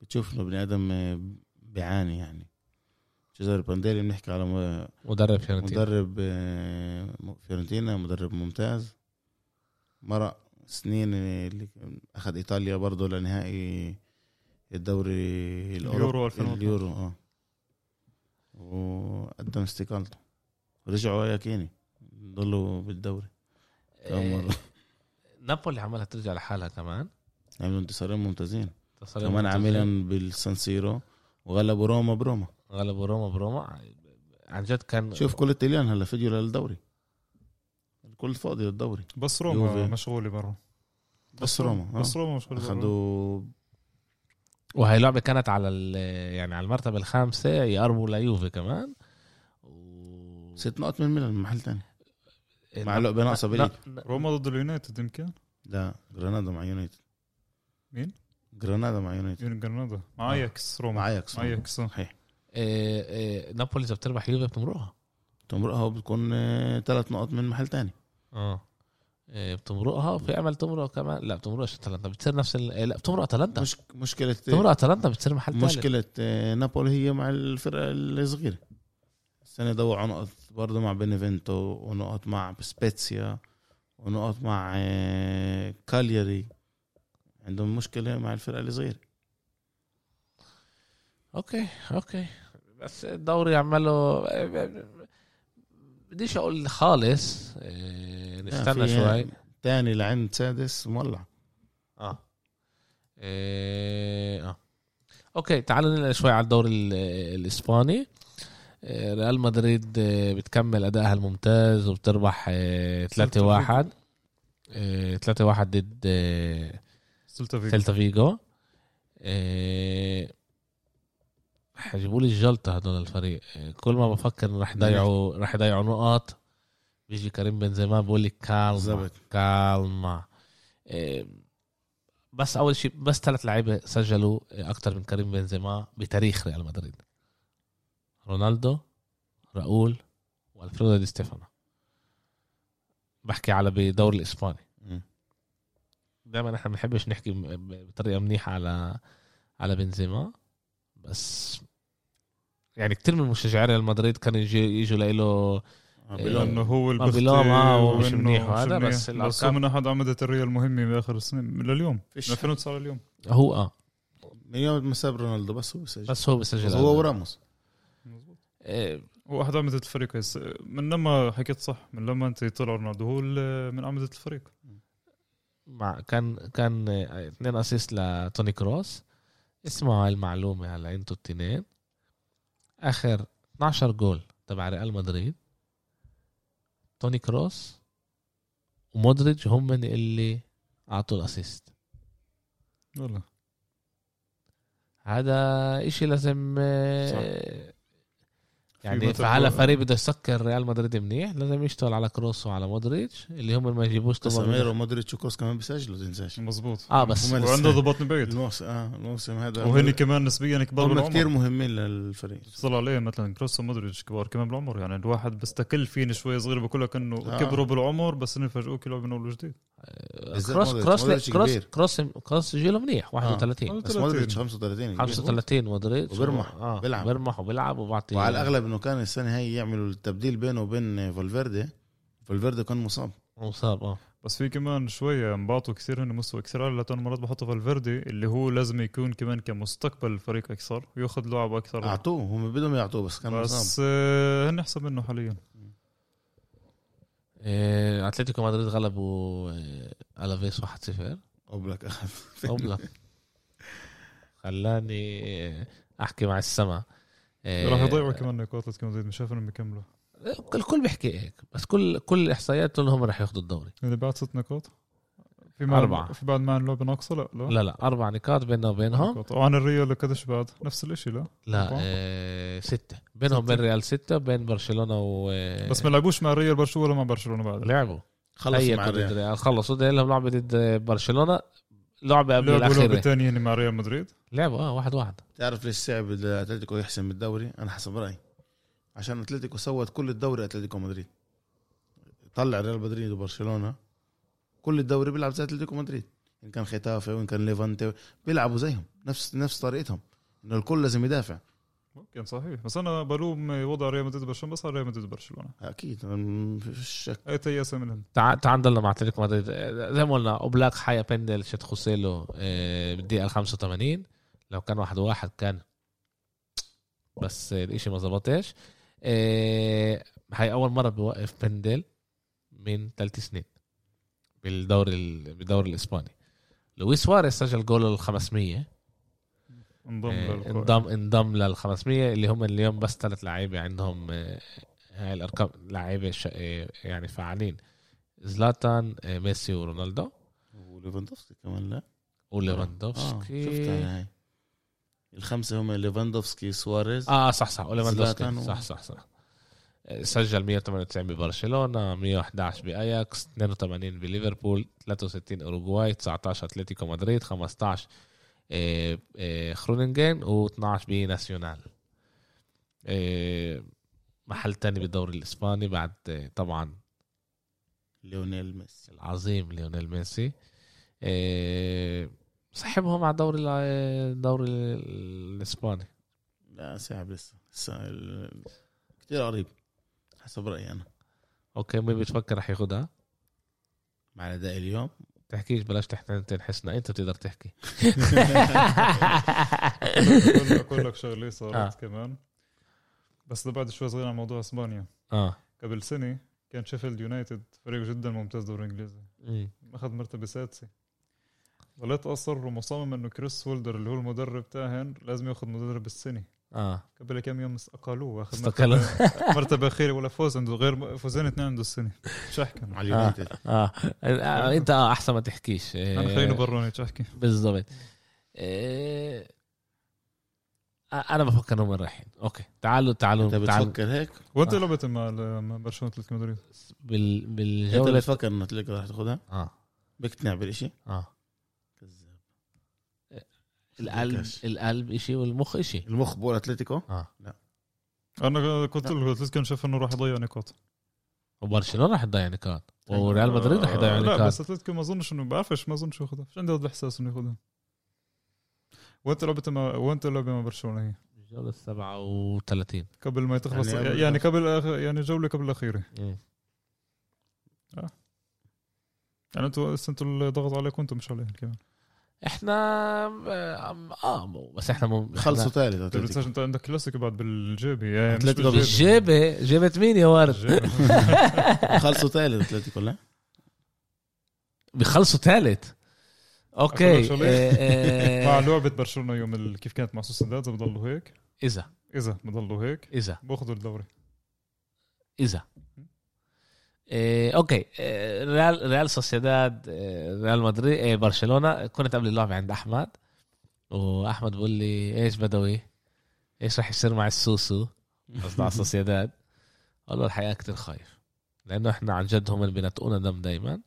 C: بتشوف انه بني ادم آه، بيعاني يعني تشيزر برانديلي بنحكي على م-
A: مدرب فيورنتينا
C: مدرب آه، م- فيورنتينا مدرب ممتاز مرق سنين آه، اللي اخذ ايطاليا برضه لنهائي الدوري الأوروبي-
B: اليورو 2012.
C: اليورو اه وقدم استقالته رجعوا يا كيني ضلوا بالدوري كم
A: آه،
C: مرة
A: نابولي عملها ترجع لحالها كمان
C: عملوا انتصارين ممتازين
A: تصريح
C: كمان
A: منتظر.
C: عاملين بالسانسيرو وغلبوا روما بروما
A: غلبوا روما بروما عن جد كان
C: شوف كل الطليان هلا فيديو للدوري الكل فاضي للدوري
B: بس روما
C: يوفي.
B: مشغوله برا
C: بس روما آه.
B: بس روما مشغوله برا
C: اخذوا
A: وهي لعبه كانت على ال- يعني على المرتبه الخامسه يقربوا ليوفي كمان و...
C: ست نقط من ميلان من محل تاني مع إيه؟ لعبه ناقصه
A: لا-
C: بعيد
A: لا-
B: روما ضد اليونايتد يمكن
C: لا جرانادا مع يونايتد
B: مين؟
C: جرانادا مع يونايتد
B: يون جرنادا مع اياكس روما
C: مع اياكس
B: مع اياكس آه.
C: صحيح
A: آه، آه، نابولي اذا بتربح يوفي بتمرقها
C: تمرقها بتكون ثلاث نقط من محل تاني
A: اه آه، بتمرقها في امل تمرق كمان لا بتمرقش اتلانتا بتصير نفس ال... آه، لا بتمرق اتلانتا
C: مش مشكله
A: بتمرق اتلانتا بتصير محل ثالث
C: مشكله آه، نابولي هي مع الفرقه الصغيره السنه دوروا على نقط برضه مع بينيفينتو ونقط مع سبيتسيا ونقط مع آه، كالياري عندهم مشكله مع الفرقه الصغيره
A: اوكي اوكي بس الدوري عمله بديش اقول خالص إيه، نستنى
C: في-
A: شوي
C: تاني لعند سادس مولع
A: اه إيه، اه اوكي تعالوا ننقل شوي على الدوري ال- الاسباني إيه، ريال مدريد إيه، بتكمل ادائها الممتاز وبتربح إيه، 3-1 إيه، 3-1 ضد إيه،
B: سلتا فيجو
A: سيلتا فيجو إيه، حجيبوا لي الجلطة هدول الفريق إيه، كل ما بفكر إن رح يضيعوا رح يضيعوا نقط بيجي كريم بنزيما بقول لي كالما
C: بالظبط.
A: كالما إيه، بس اول شيء بس ثلاث لعيبه سجلوا اكثر من كريم بنزيما بتاريخ ريال مدريد رونالدو راؤول والفريدو دي ستيفانو بحكي على بدوري الاسباني
C: مم.
A: دائما احنا ما بنحبش نحكي م- ب- بطريقه منيحه على على بنزيما بس يعني كتير من مشجعي ريال مدريد كانوا يجوا يجوا له
C: آه،
A: إيه.
C: بلون.
B: لانه هو
A: ما
B: البخت
A: بلام، آه، ومش
B: وإنه
A: منيح
B: مش
A: وهذا،
B: منيح.
A: بس
B: بس
A: الألقاب-
B: هو من احد اعمده الريال المهمه باخر السنين لليوم من 2009 لليوم
A: هو اه
C: من يوم ما ساب رونالدو بس هو بيسجل
A: بس هو بسجل
C: هو وراموس
A: إيه،
B: هو احد اعمده الفريق هس- من لما حكيت صح من لما انت طلع رونالدو هو ال- من اعمده الفريق
A: مع كان كان آه، اثنين اسيست لتوني كروس اسمعوا هاي المعلومه هلا انتوا التنين اخر 12 جول تبع ريال مدريد توني كروس ومودريتش هم من اللي اعطوا الاسيست
B: والله
A: هذا اشي لازم آه،
B: في
A: يعني
B: مثل
A: على
B: بقول-
A: فريق بده يسكر ريال مدريد منيح لازم يشتغل على كروس وعلى مودريتش اللي هم ما يجيبوش طبعاً.
C: كاساميرو مودريتش وكروس كمان بيسجلوا تنساش
B: مظبوط
A: اه بس
C: هم
B: وعنده ضبط من بعيد
C: الموسم اه الموسم هذا
B: وهن كمان نسبيا كبار
C: هم كثير
B: بالعمر
C: مهمين للفريق
B: صلوا عليه مثلا كروس ومودريتش كبار كمان بالعمر يعني الواحد بيستقل فيني شوي صغير بقول لك انه
C: آه.
B: كبروا بالعمر بس انه فاجئوك يلعبوا من اول وجديد
C: بالذات
A: كروس
C: مودريتش.
A: كروس
C: مودريتش
A: كروس
C: كبير.
A: كروس كروس جيله منيح 31
C: بس مودريتش 35
A: 35 مودريتش
C: وبرمح،
A: و- آه.
C: بيلعب.
A: بيرمح وبيلعب وبعطي
C: وعلى الاغلب انه كان السنه هاي يعملوا التبديل بينه وبين فالفيردي فالفيردي كان مصاب
A: مصاب اه
B: بس في كمان شوية انبعطوا كثير هن مستوى كثير عالي لأنه مرات بحطوا فالفيردي اللي هو لازم يكون كمان كمستقبل الفريق أكثر وياخذ لعب أكثر
C: اعطوه هم بدهم يعطوه بس كان مصاب
B: بس آه، هن أحسن منه حاليا
A: إيه، اتلتيكو مدريد غلبوا إيه، الافيس
C: *laughs*
A: 1-0
C: اوبلاك اخذ
A: أوبلا. خلاني إيه، احكي مع السما إيه،
B: راح يضيعوا كمان نقاط لتكون مدريد مش شايف انهم بيكملوا
A: الكل بيحكي هيك بس كل كل الاحصائيات تقول هم رح ياخذوا الدوري
B: اللي بعد ست نقاط في
A: أربعة.
B: مع في بعد مع اللعبة ناقصة لا لا,
A: لا لا اربع نقاط بيننا وبينهم
B: نقاط. وعن الريال قديش بعد نفس الشيء لا
A: لا
B: أربعة.
A: إيه، سته بينهم بين ريال سته بين برشلونه و إيه،
B: بس ما لعبوش مع الريال برشلونة ولا مع برشلونة بعد
A: لعبوا
C: خلص
A: هيك
C: مع
A: ضد
C: الريال
A: الريال خلصوا ده لهم لعبه ضد برشلونه لعبه قبل
B: لعبوا لعبة
A: الاخيره
B: ثانية هن مع ريال مدريد
A: لعبوا اه واحد واحد
C: تعرف ليش صعب اتلتيكو يحسم بالدوري انا حسب رايي عشان اتلتيكو سوت كل الدوري اتلتيكو مدريد طلع ريال مدريد وبرشلونه كل الدوري بيلعب زي اتلتيكو مدريد ان كان ختافي وان كان ليفانتي بيلعبوا زيهم نفس نفس طريقتهم انه الكل لازم يدافع
B: ممكن صحيح بس أنا بلوم وضع ريال مدريد برشلونة بس على ريال مدريد برشلونة
C: اكيد ما فيش شك
B: أي تيأس منهم
A: تع- تعال نضلنا مع اتلتيكو مدريد آه، زي ما قلنا اوبلاك حيا بندل شت خوسيلو آه، بالدقيقه 85 لو كان واحد واحد كان بس آه، الاشي ما ظبطش آه، هاي اول مره بوقف بندل من ثلاث سنين بالدوري ال- بالدوري الاسباني لويس سواريز سجل جول ال 500
B: انضم
A: آه،
B: للقائمة.
A: انضم انضم لل 500 اللي هم اليوم بس ثلاث لعيبه عندهم آه، هاي الارقام لعيبه ش- آه، يعني فعالين زلاتان آه، ميسي ورونالدو
C: وليفاندوفسكي كمان لا آه
A: وليفاندوفسكي
C: شفتها هاي الخمسه هم ليفاندوفسكي سواريز
A: اه صح صح
C: زلاتان
A: وليفاندوفسكي
C: و-
A: صح صح صح آه، سجل 198 ببرشلونه 111 باياكس 82 بليفربول 63 اوروغواي 19 اتلتيكو مدريد 15 آه، آه، خروننجين و12 بناسيونال آه، محل تاني بالدوري الاسباني بعد آه، طبعا
C: ليونيل ميسي
A: العظيم ليونيل ميسي آه، صاحبهم على الدوري الع- الدوري الاسباني
C: لا صعب لسه لسه ال- كتير قريب حسب رايي انا
A: اوكي مين بتفكر رح ياخدها
C: مع الاداء اليوم
A: تحكيش بلاش تحتن تنحسنا انت بتقدر تحكي
B: أقول- اقول لك شغله
A: آه.
B: صارت كمان بس ده بعد شوي صغير عن موضوع اسبانيا
A: اه
B: قبل سنه كان شيفيلد يونايتد فريق جدا ممتاز دوري انجليزي
A: أمم.
B: اخذ مرتبه سادسه ضليت اصر ومصمم انه كريس وولدر اللي هو المدرب تاعهن لازم ياخذ مدرب السنه
A: اه
B: قبل كم يوم استقالوه واخذ
A: استقالوا.
B: *laughs* مرتبة- مرتبه اخيره ولا فوز عنده غير فوزين اثنين عنده السنه شو احكي
C: على اليونايتد
A: اه *laughs* آه، انت آه، احسن ما تحكيش إيه،
B: انا خليني بروني شو احكي
A: بالضبط آه، انا بفكر انهم وين رايحين اوكي تعالوا
C: انت
A: تعالوا تعالوا
C: بتفكر هيك؟
B: وانت
A: آه.
B: لعبت مع مع برشلونه اتلتيكو مدريد
A: بال...
C: انت
A: بالجوله
C: بتفكر انه تلقى رح تاخذها؟
A: اه
C: بقتنع بالشيء؟
A: اه
C: كذاب
A: القلب
C: بكاش.
A: القلب شيء والمخ شيء
C: المخ بقول اتلتيكو
A: اه
B: انا كنت قلت كان شايف انه راح يضيع نقاط
A: وبرشلونه راح تضيع نقاط وريال مدريد راح يضيع
B: آه، لا
A: نقاط
B: بس اتلتيكو ما اظنش انه بعرفش ما اظنش ياخذها مش عندي هذا الاحساس انه ياخذها وانت لعبت مع وانت لعبه مع برشلونه هي
A: الجوله السبعة وثلاثين
B: قبل ما تخلص
C: يعني قبل-
B: يعني, يعني قبل آخ- يعني جوله قبل الاخيره يعني انتوا بس انتوا اللي ضغط عليكم انتم مش عليهم كمان
A: احنا اه بس احنا مم...
C: خلصوا ثالث
B: انت بتنساش
C: اتلتيكو
B: انت عندك كلاسيكو بعد بالجيبي يعني مش
C: أتلتيكو
B: بالجيبي.
A: جيبه جيبه مين يا ورد
B: بالجيبي.
C: خلصوا ثالث اتلتيكو لا
A: بيخلصوا ثالث اوكي
B: أقول لك شغلة؟
A: آه،
B: مع
A: آه،
B: لعبه برشلونه يوم ال- كيف كانت مع سوسيداد اذا بضلوا هيك
A: اذا
B: اذا بضلوا هيك
A: اذا
B: باخذوا الدوري
A: اذا إيه اوكي إيه ريال ريال سوسيداد إيه ريال مدريد إيه برشلونه كنت قبل اللعبه عند احمد واحمد بيقول لي ايش بدوي؟ ايش راح يصير مع السوسو؟ قصدي على سوسيداد قال له الحقيقه كثير خايف لانه احنا عن جد هم اللي بينطقونا دم دائما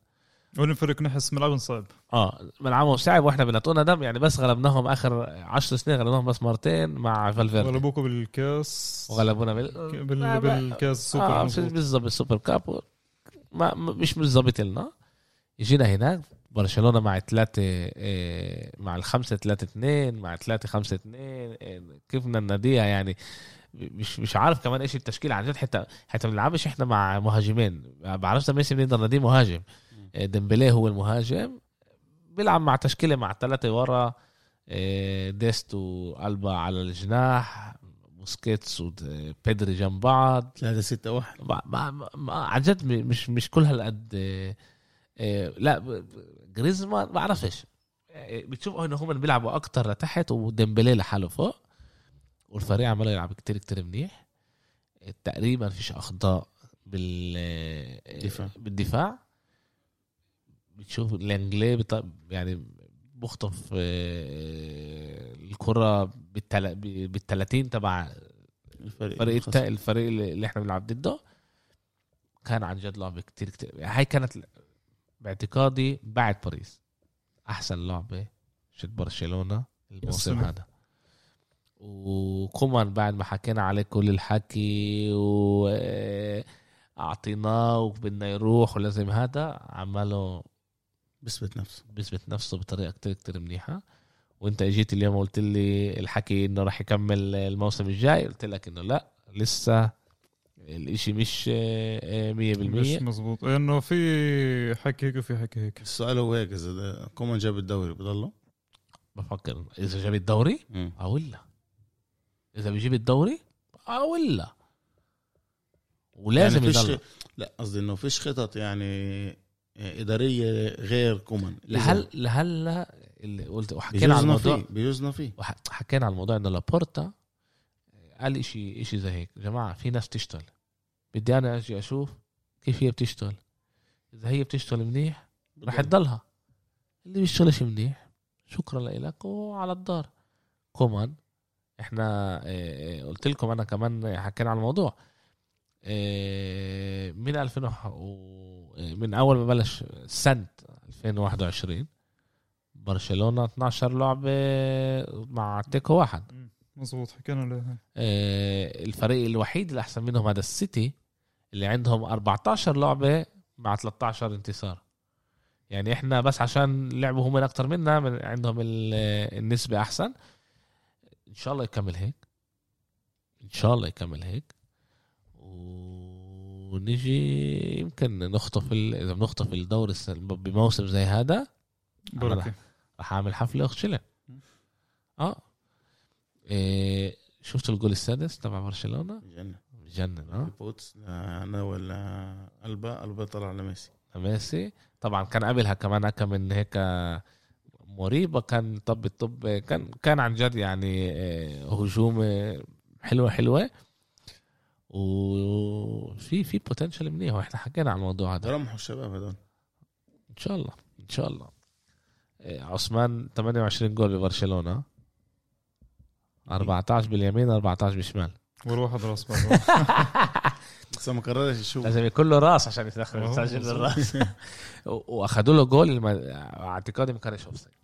B: وين فريق نحس ملعبهم صعب
A: اه ملعبهم صعب واحنا بنطقونا دم يعني بس غلبناهم اخر 10 سنين غلبناهم بس مرتين مع فالفيردي
B: غلبوكوا بالكاس
A: وغلبونا بال...
B: بال... بالكاس سوبر
A: آه
B: مظبوط.
A: بالظبط السوبر كاب و- ما ما- مش بالظبط لنا جينا هناك برشلونه مع ثلاثة إيه، مع الخمسة ثلاثة اثنين مع ثلاثة خمسة اثنين إيه، كيف بدنا نناديها يعني مش مش عارف كمان ايش التشكيل عن جد حتى حتى ما بنلعبش احنا مع مهاجمين ما بعرفش ميسي بنقدر نناديه مهاجم إيه، ديمبلي هو المهاجم بيلعب مع تشكيله مع ثلاثه ورا إيه، ديست والبا على الجناح بوسكيتس وبيدري جنب بعض
C: 3 6 1
A: ما ما ما- ما عن جد م- مش مش كل هالقد آه، آه، لا ب- ب- جريزمان ما بعرفش آه، بتشوف انه هم بيلعبوا اكتر لتحت وديمبلي لحاله فوق والفريق عمال يلعب كتير كتير منيح آه، تقريبا فيش اخطاء بال آه،
C: دفاع.
A: بالدفاع بتشوف لانجلي بط- يعني بخطف آه، الكره بالتل... بالتلاتين تبع
C: الفريق
A: الفريق
C: خسر.
A: التا... الفريق اللي اللي احنا بنلعب ضده كان عن جد لعبه كتير كتير هاي كانت باعتقادي بعد باريس احسن لعبه شت برشلونه الموسم
B: السنة.
A: هذا وكومان بعد ما حكينا عليه كل الحكي و آه، اعطيناه وبدنا يروح ولازم هذا عمله
C: بثبت نفسه
A: بيثبت نفسه بطريقه كتير كتير منيحه وانت اجيت اليوم وقلت لي الحكي انه راح يكمل الموسم الجاي قلت لك انه لا لسه الاشي مش آه، آه، مية
B: مش
A: بالمية
B: مزبوط انه في حكي هيك وفي حكي هيك
C: السؤال هو هيك اذا ده- كومان جاب الدوري بضله يعني
A: بفكر اذا جاب الدوري اه ولا اذا بيجيب الدوري اه ولا ولازم
C: يعني فيش
A: يضل
C: لا قصدي انه فيش خطط يعني اداريه غير كومان
A: لهل لهلا اللي قلت وحكينا على
C: بيجوزنا
A: الموضوع
C: فيه بيجوزنا فيه
A: وح- حكينا على الموضوع انه لابورتا قال اشي اشي زي هيك جماعه في ناس تشتغل بدي انا اجي اشوف كيف هي بتشتغل اذا هي بتشتغل منيح رح تضلها اللي بيشتغلش منيح شكرا لك وعلى الدار كمان احنا اه، اه، قلت لكم انا كمان حكينا على الموضوع اه، من 2000 وح- و- اه، من اول ما بلش سنه 2021 برشلونه 12 لعبه آه، مع تيكو واحد
B: مزبوط حكينا عليها
A: آه، الفريق الوحيد اللي احسن منهم هذا السيتي اللي عندهم 14 لعبه مع 13 انتصار يعني احنا بس عشان لعبوا هم اكتر منا من عندهم ال- آه، النسبه احسن ان شاء الله يكمل هيك ان شاء الله يكمل هيك ونجي يمكن نخطف ال... اذا بنخطف الدوري الس- بموسم زي هذا
B: بركي
A: راح اعمل حفله وشلة اه إيه شفت الجول السادس تبع برشلونه
C: جنة
A: بجنن اه
C: بوتس لا انا ولا البا البا طلع لميسي
A: ميسي طبعا كان قبلها كمان هكا من هيك مريبه كان طب الطب كان كان عن جد يعني آه، هجوم آه، حلوه حلوه وفي في بوتنشال منيح واحنا حكينا عن الموضوع هذا
C: رمحوا الشباب هذول
A: ان شاء الله ان شاء الله آه، عثمان 28 جول ببرشلونه 14 باليمين 14 بالشمال
B: ولا واحد راس بعض.
C: لسه ما قررش يشوف
A: لازم يكون له راس عشان يسخن
B: آه،
A: يسجل
B: مظبوط.
C: *laughs*
A: بالراس و- واخدوا له جول الم- اعتقادي ما كانش اوف سايد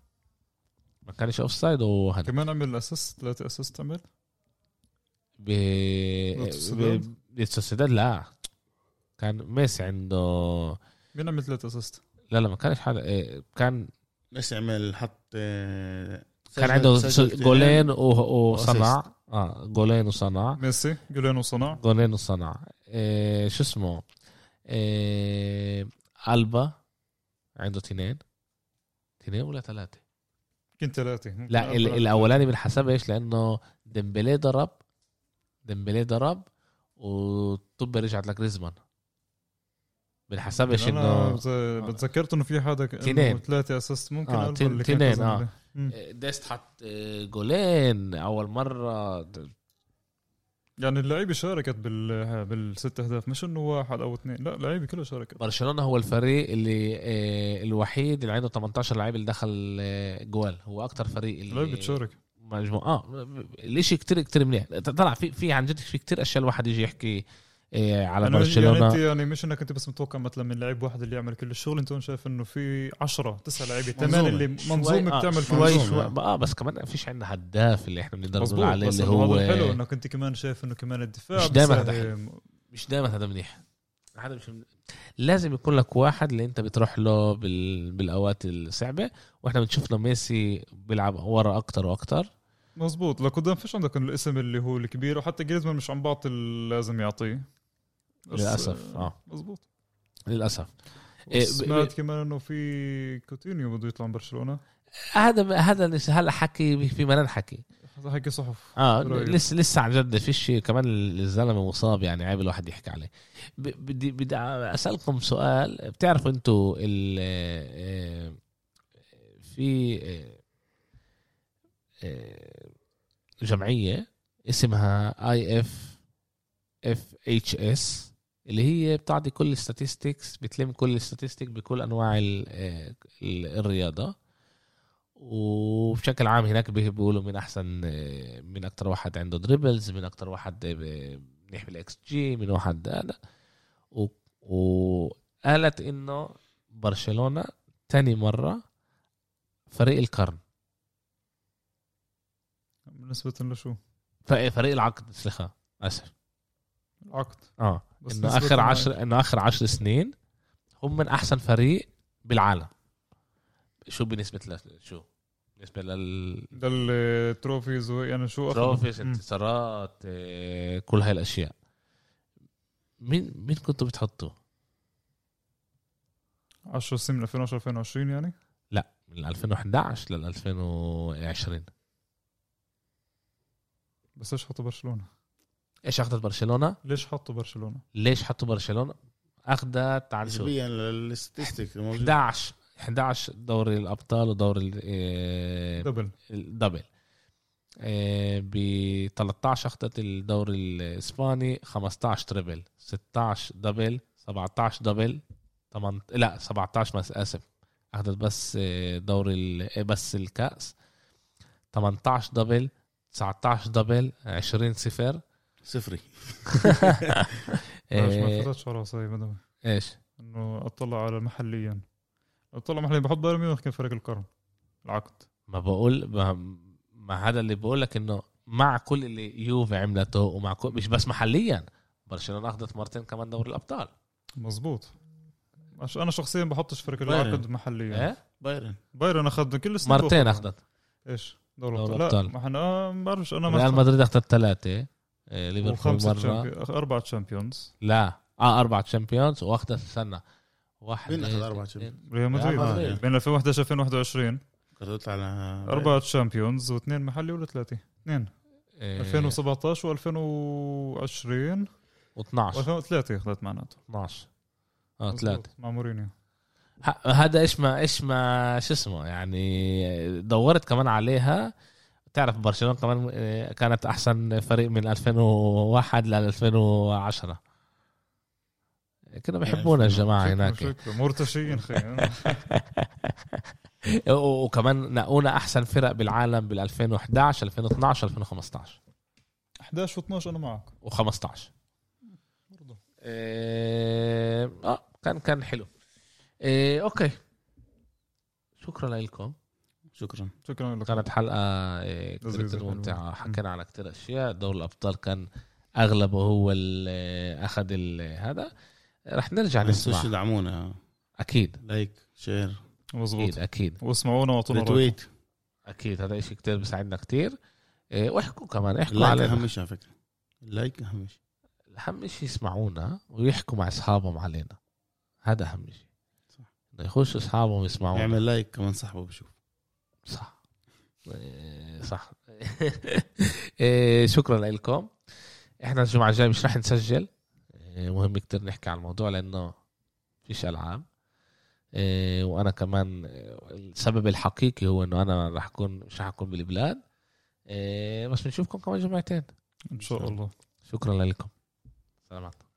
A: ما كانش اوف سايد وهدف
B: كمان عمل اسيست ثلاثه اسيست عمل
A: ب
B: ضد السداد؟
A: ب- ضد السداد لا كان ميسي عنده
B: مين عمل ثلاثه اسيست؟
A: لا لا ما كانش حدا إيه، كان
C: ميسي عمل حط آه،
A: كان
C: سجل-
A: عنده
C: سجل
A: س-
C: اثنين.
A: جولين و- وصنع
C: وأسيست.
A: اه جولين وصنع
B: ميسي جولين وصنع
A: جولين وصنع إيه شو اسمه إيه البا عنده تنين تنين ولا ثلاثه
B: كنت ثلاثه ممكن
A: لا ال-
B: أربعة.
A: الاولاني بالحساب ايش لانه ديمبلي ضرب ديمبلي ضرب والطب رجعت لجريزمان بالحساب ايش
B: انا
A: انه
B: بت- بتذكرت انه في حدا
A: تنين.
B: ثلاثه اسيست ممكن
A: آه،
B: ألبا
A: تن-
B: اللي كان
A: تنين،
B: كذا
A: آه.
B: عمله. مم.
A: ديست حط آه، جولين اول مره د-
B: يعني اللعيبه شاركت بال بالست اهداف مش انه واحد او اثنين لا اللعيبه كلها شاركت
A: برشلونه هو الفريق اللي آه، الوحيد اللي عنده 18 لعيب اللي دخل آه، جوال هو اكتر فريق
B: اللعيبه
A: اللي
B: بتشارك
A: مجموعة اه الاشي كتير كتير منيح طلع في في عن جد في كتير اشياء الواحد يجي يحكي آه، على
B: يعني يعني انت
A: برشلونه
B: يعني مش انك انت بس متوقع مثلا من لعيب واحد اللي يعمل كل الشغل انت هون شايف انه في 10 9 لعيبه ثمان
C: منظومة.
B: اللي منظومه بتعمل كل
A: آه، شوي
B: الشغل
A: شوي اه بس كمان ما فيش عندنا هداف اللي احنا بنقدر نقول
B: مظبوط
A: عليه
B: بس
A: اللي
B: إنه
A: هو
B: هذا الحلو انك انت كمان شايف انه كمان الدفاع يعني
A: مش دايماً
B: بيساهم.
A: مش دائما هذا منيح هذا مش من... لازم يكون لك واحد اللي انت بتروح له بال... بالاوقات الصعبه واحنا بنشوف له ميسي بيلعب ورا اكتر واكتر
B: مظبوط لقدام فيش عندك الاسم اللي هو الكبير وحتى جريزمان مش عم بعطي اللي لازم يعطيه بس- آه،
A: للاسف اه
B: مظبوط
A: للاسف إيه، ب-
B: سمعت كمان انه في كوتينيو بده يطلع من برشلونه
A: هذا هذا لسه هلا حكي في ملان حكي
B: هذا حكي صحف
A: اه
B: رأيك.
A: لسه لسه عن جد فيش كمان الزلمه مصاب يعني عيب الواحد يحكي عليه ب- بدي بدي اسالكم سؤال بتعرفوا انتوا ال آه، في آه، آه، جمعيه اسمها اي اف اف اتش اس اللي هي بتعطي كل الستاتستكس بتلم كل الستاتستيك بكل انواع ال- آه، ال- الرياضه وبشكل عام هناك بي- بيقولوا من احسن آه، من اكتر واحد عنده دريبلز من اكتر واحد آه، ب- منيح بالاكس جي من واحد هذا و- وقالت انه برشلونه تاني مره فريق القرن
B: بالنسبه لشو
A: ف- فريق العقد سליחה اسف
B: العقد
A: اه
B: بس
A: انه
B: نسبة
A: اخر
B: إنه-
A: عشر انه اخر عشر سنين هم من احسن فريق بالعالم شو بنسبه ل... شو بالنسبه لل
B: للتروفيز و- يعني شو أخذ؟
A: تروفيز
B: مم.
A: انتصارات آه، كل هاي الاشياء مين مين كنتوا بتحطوا
B: 10 سنين من 2010 2020 يعني
A: من 2011 لل 2020
B: بس ليش حطوا برشلونه؟
A: ايش اخذت برشلونه
B: ليش حطوا برشلونه؟
A: ليش حطوا برشلونه اخذت عن شو
C: نسبيا للستاتستيك الموجود
A: 11 11 دوري الابطال ودوري ال- آه،
B: دبل
A: الدبل آه، ب 13 اخذت الدوري الاسباني 15 تريبل 16 دبل 17 دبل 8 لا 17 مس اسف اخذت بس آه، دوري ال- آه، بس الكاس 18 دبل 19 دبل 20 صفر
C: صفري
B: ليش ما
A: آه،
B: فتتش على راسي بدوي
A: ايش
B: انه اطلع على محليا اطلع محليا بحط بايرن ميونخ كفريق القرن العقد
A: ما بقول ما, ما هذا اللي بقول لك انه مع كل اللي يوفي عملته ومع كل مش بس محليا برشلونه اخذت مرتين كمان دوري الابطال
B: مزبوط عش- انا شخصيا بحطش فريق
C: بايرن.
B: العقد محليا
A: إيه؟
C: بايرن
B: بايرن اخذنا كل السنة
A: مرتين
B: بأخذنا.
A: اخذت
B: ايش دوري
A: دوري
B: الابطال لا
A: أبطال.
B: ما احنا آه، ما بعرفش انا
A: ريال
B: ما
A: مدريد اخذت ثلاثة آه، ليفربول
B: وخمسة
A: مرة آه،
B: تشامبيون- أربعة تشامبيونز
A: لا اه اربع تشامبيونز واخذت استنى واحد
C: مين أخذ
A: إيه،
C: أربعة
A: اثنين.
B: ريال مدريد يعني
A: آه،
C: مدريد.
B: بين 2011 2021
C: قررت على
B: أربعة شامبيونز واثنين محلي ولا ثلاثة؟ اثنين
A: إيه،
B: 2017 و2020
A: و12
B: و2003 اخذت معناته
A: 12 اه آه، ثلاثة آه،
B: مع مورينيو
A: ه- هذا ايش ما ايش ما شو اسمه يعني دورت كمان عليها تعرف برشلونه كمان آه، كانت احسن فريق من 2001 ل 2010 كانوا بيحبونا الجماعه
B: شكله-
A: هناك
B: شكله مرتشيين خير
A: *laughs* و- وكمان نقونا احسن فرق بالعالم بال 2011 2012 2015
B: 11 و12 انا معك
A: و15
B: برضه
A: إيه، اه كان كان حلو إيه اوكي شكرا لكم
C: شكرا
B: شكرا لك
A: كانت حلقه إيه،
B: لذيذة،
A: كتير
B: حلوة.
A: ممتعه حكينا على كتير اشياء دوري الابطال كان اغلبه هو اللي اخذ ال- هذا رح نرجع
C: ما تنسوش
A: نسمع
C: تدعمونا
A: اكيد
C: لايك شير
B: مظبوط
A: اكيد اكيد
B: واسمعونا واعطونا رأيكم
C: ريتويت
A: اكيد هذا إشي كتير بيساعدنا كتير إيه، واحكوا كمان احكوا
C: اللايك
A: علينا
C: اهم شيء على فكره اللايك اهم شيء
A: اهم شيء يسمعونا ويحكوا مع اصحابهم علينا هذا اهم شيء
C: صح. يعني
A: إنه يخشوا اصحابهم يسمعونا
C: يعمل لايك كمان صاحبه بشوف
A: صح إيه، صح *laughs* إيه، شكرا لكم احنا الجمعه الجايه مش رح نسجل إيه، مهم كتير نحكي عن الموضوع لانه فيش العاب إيه، وانا كمان إيه، السبب الحقيقي هو انه انا رح اكون مش رح اكون بالبلاد إيه، بس بنشوفكم كمان جمعتين
B: ان شاء الله
A: شكرا لكم سلامات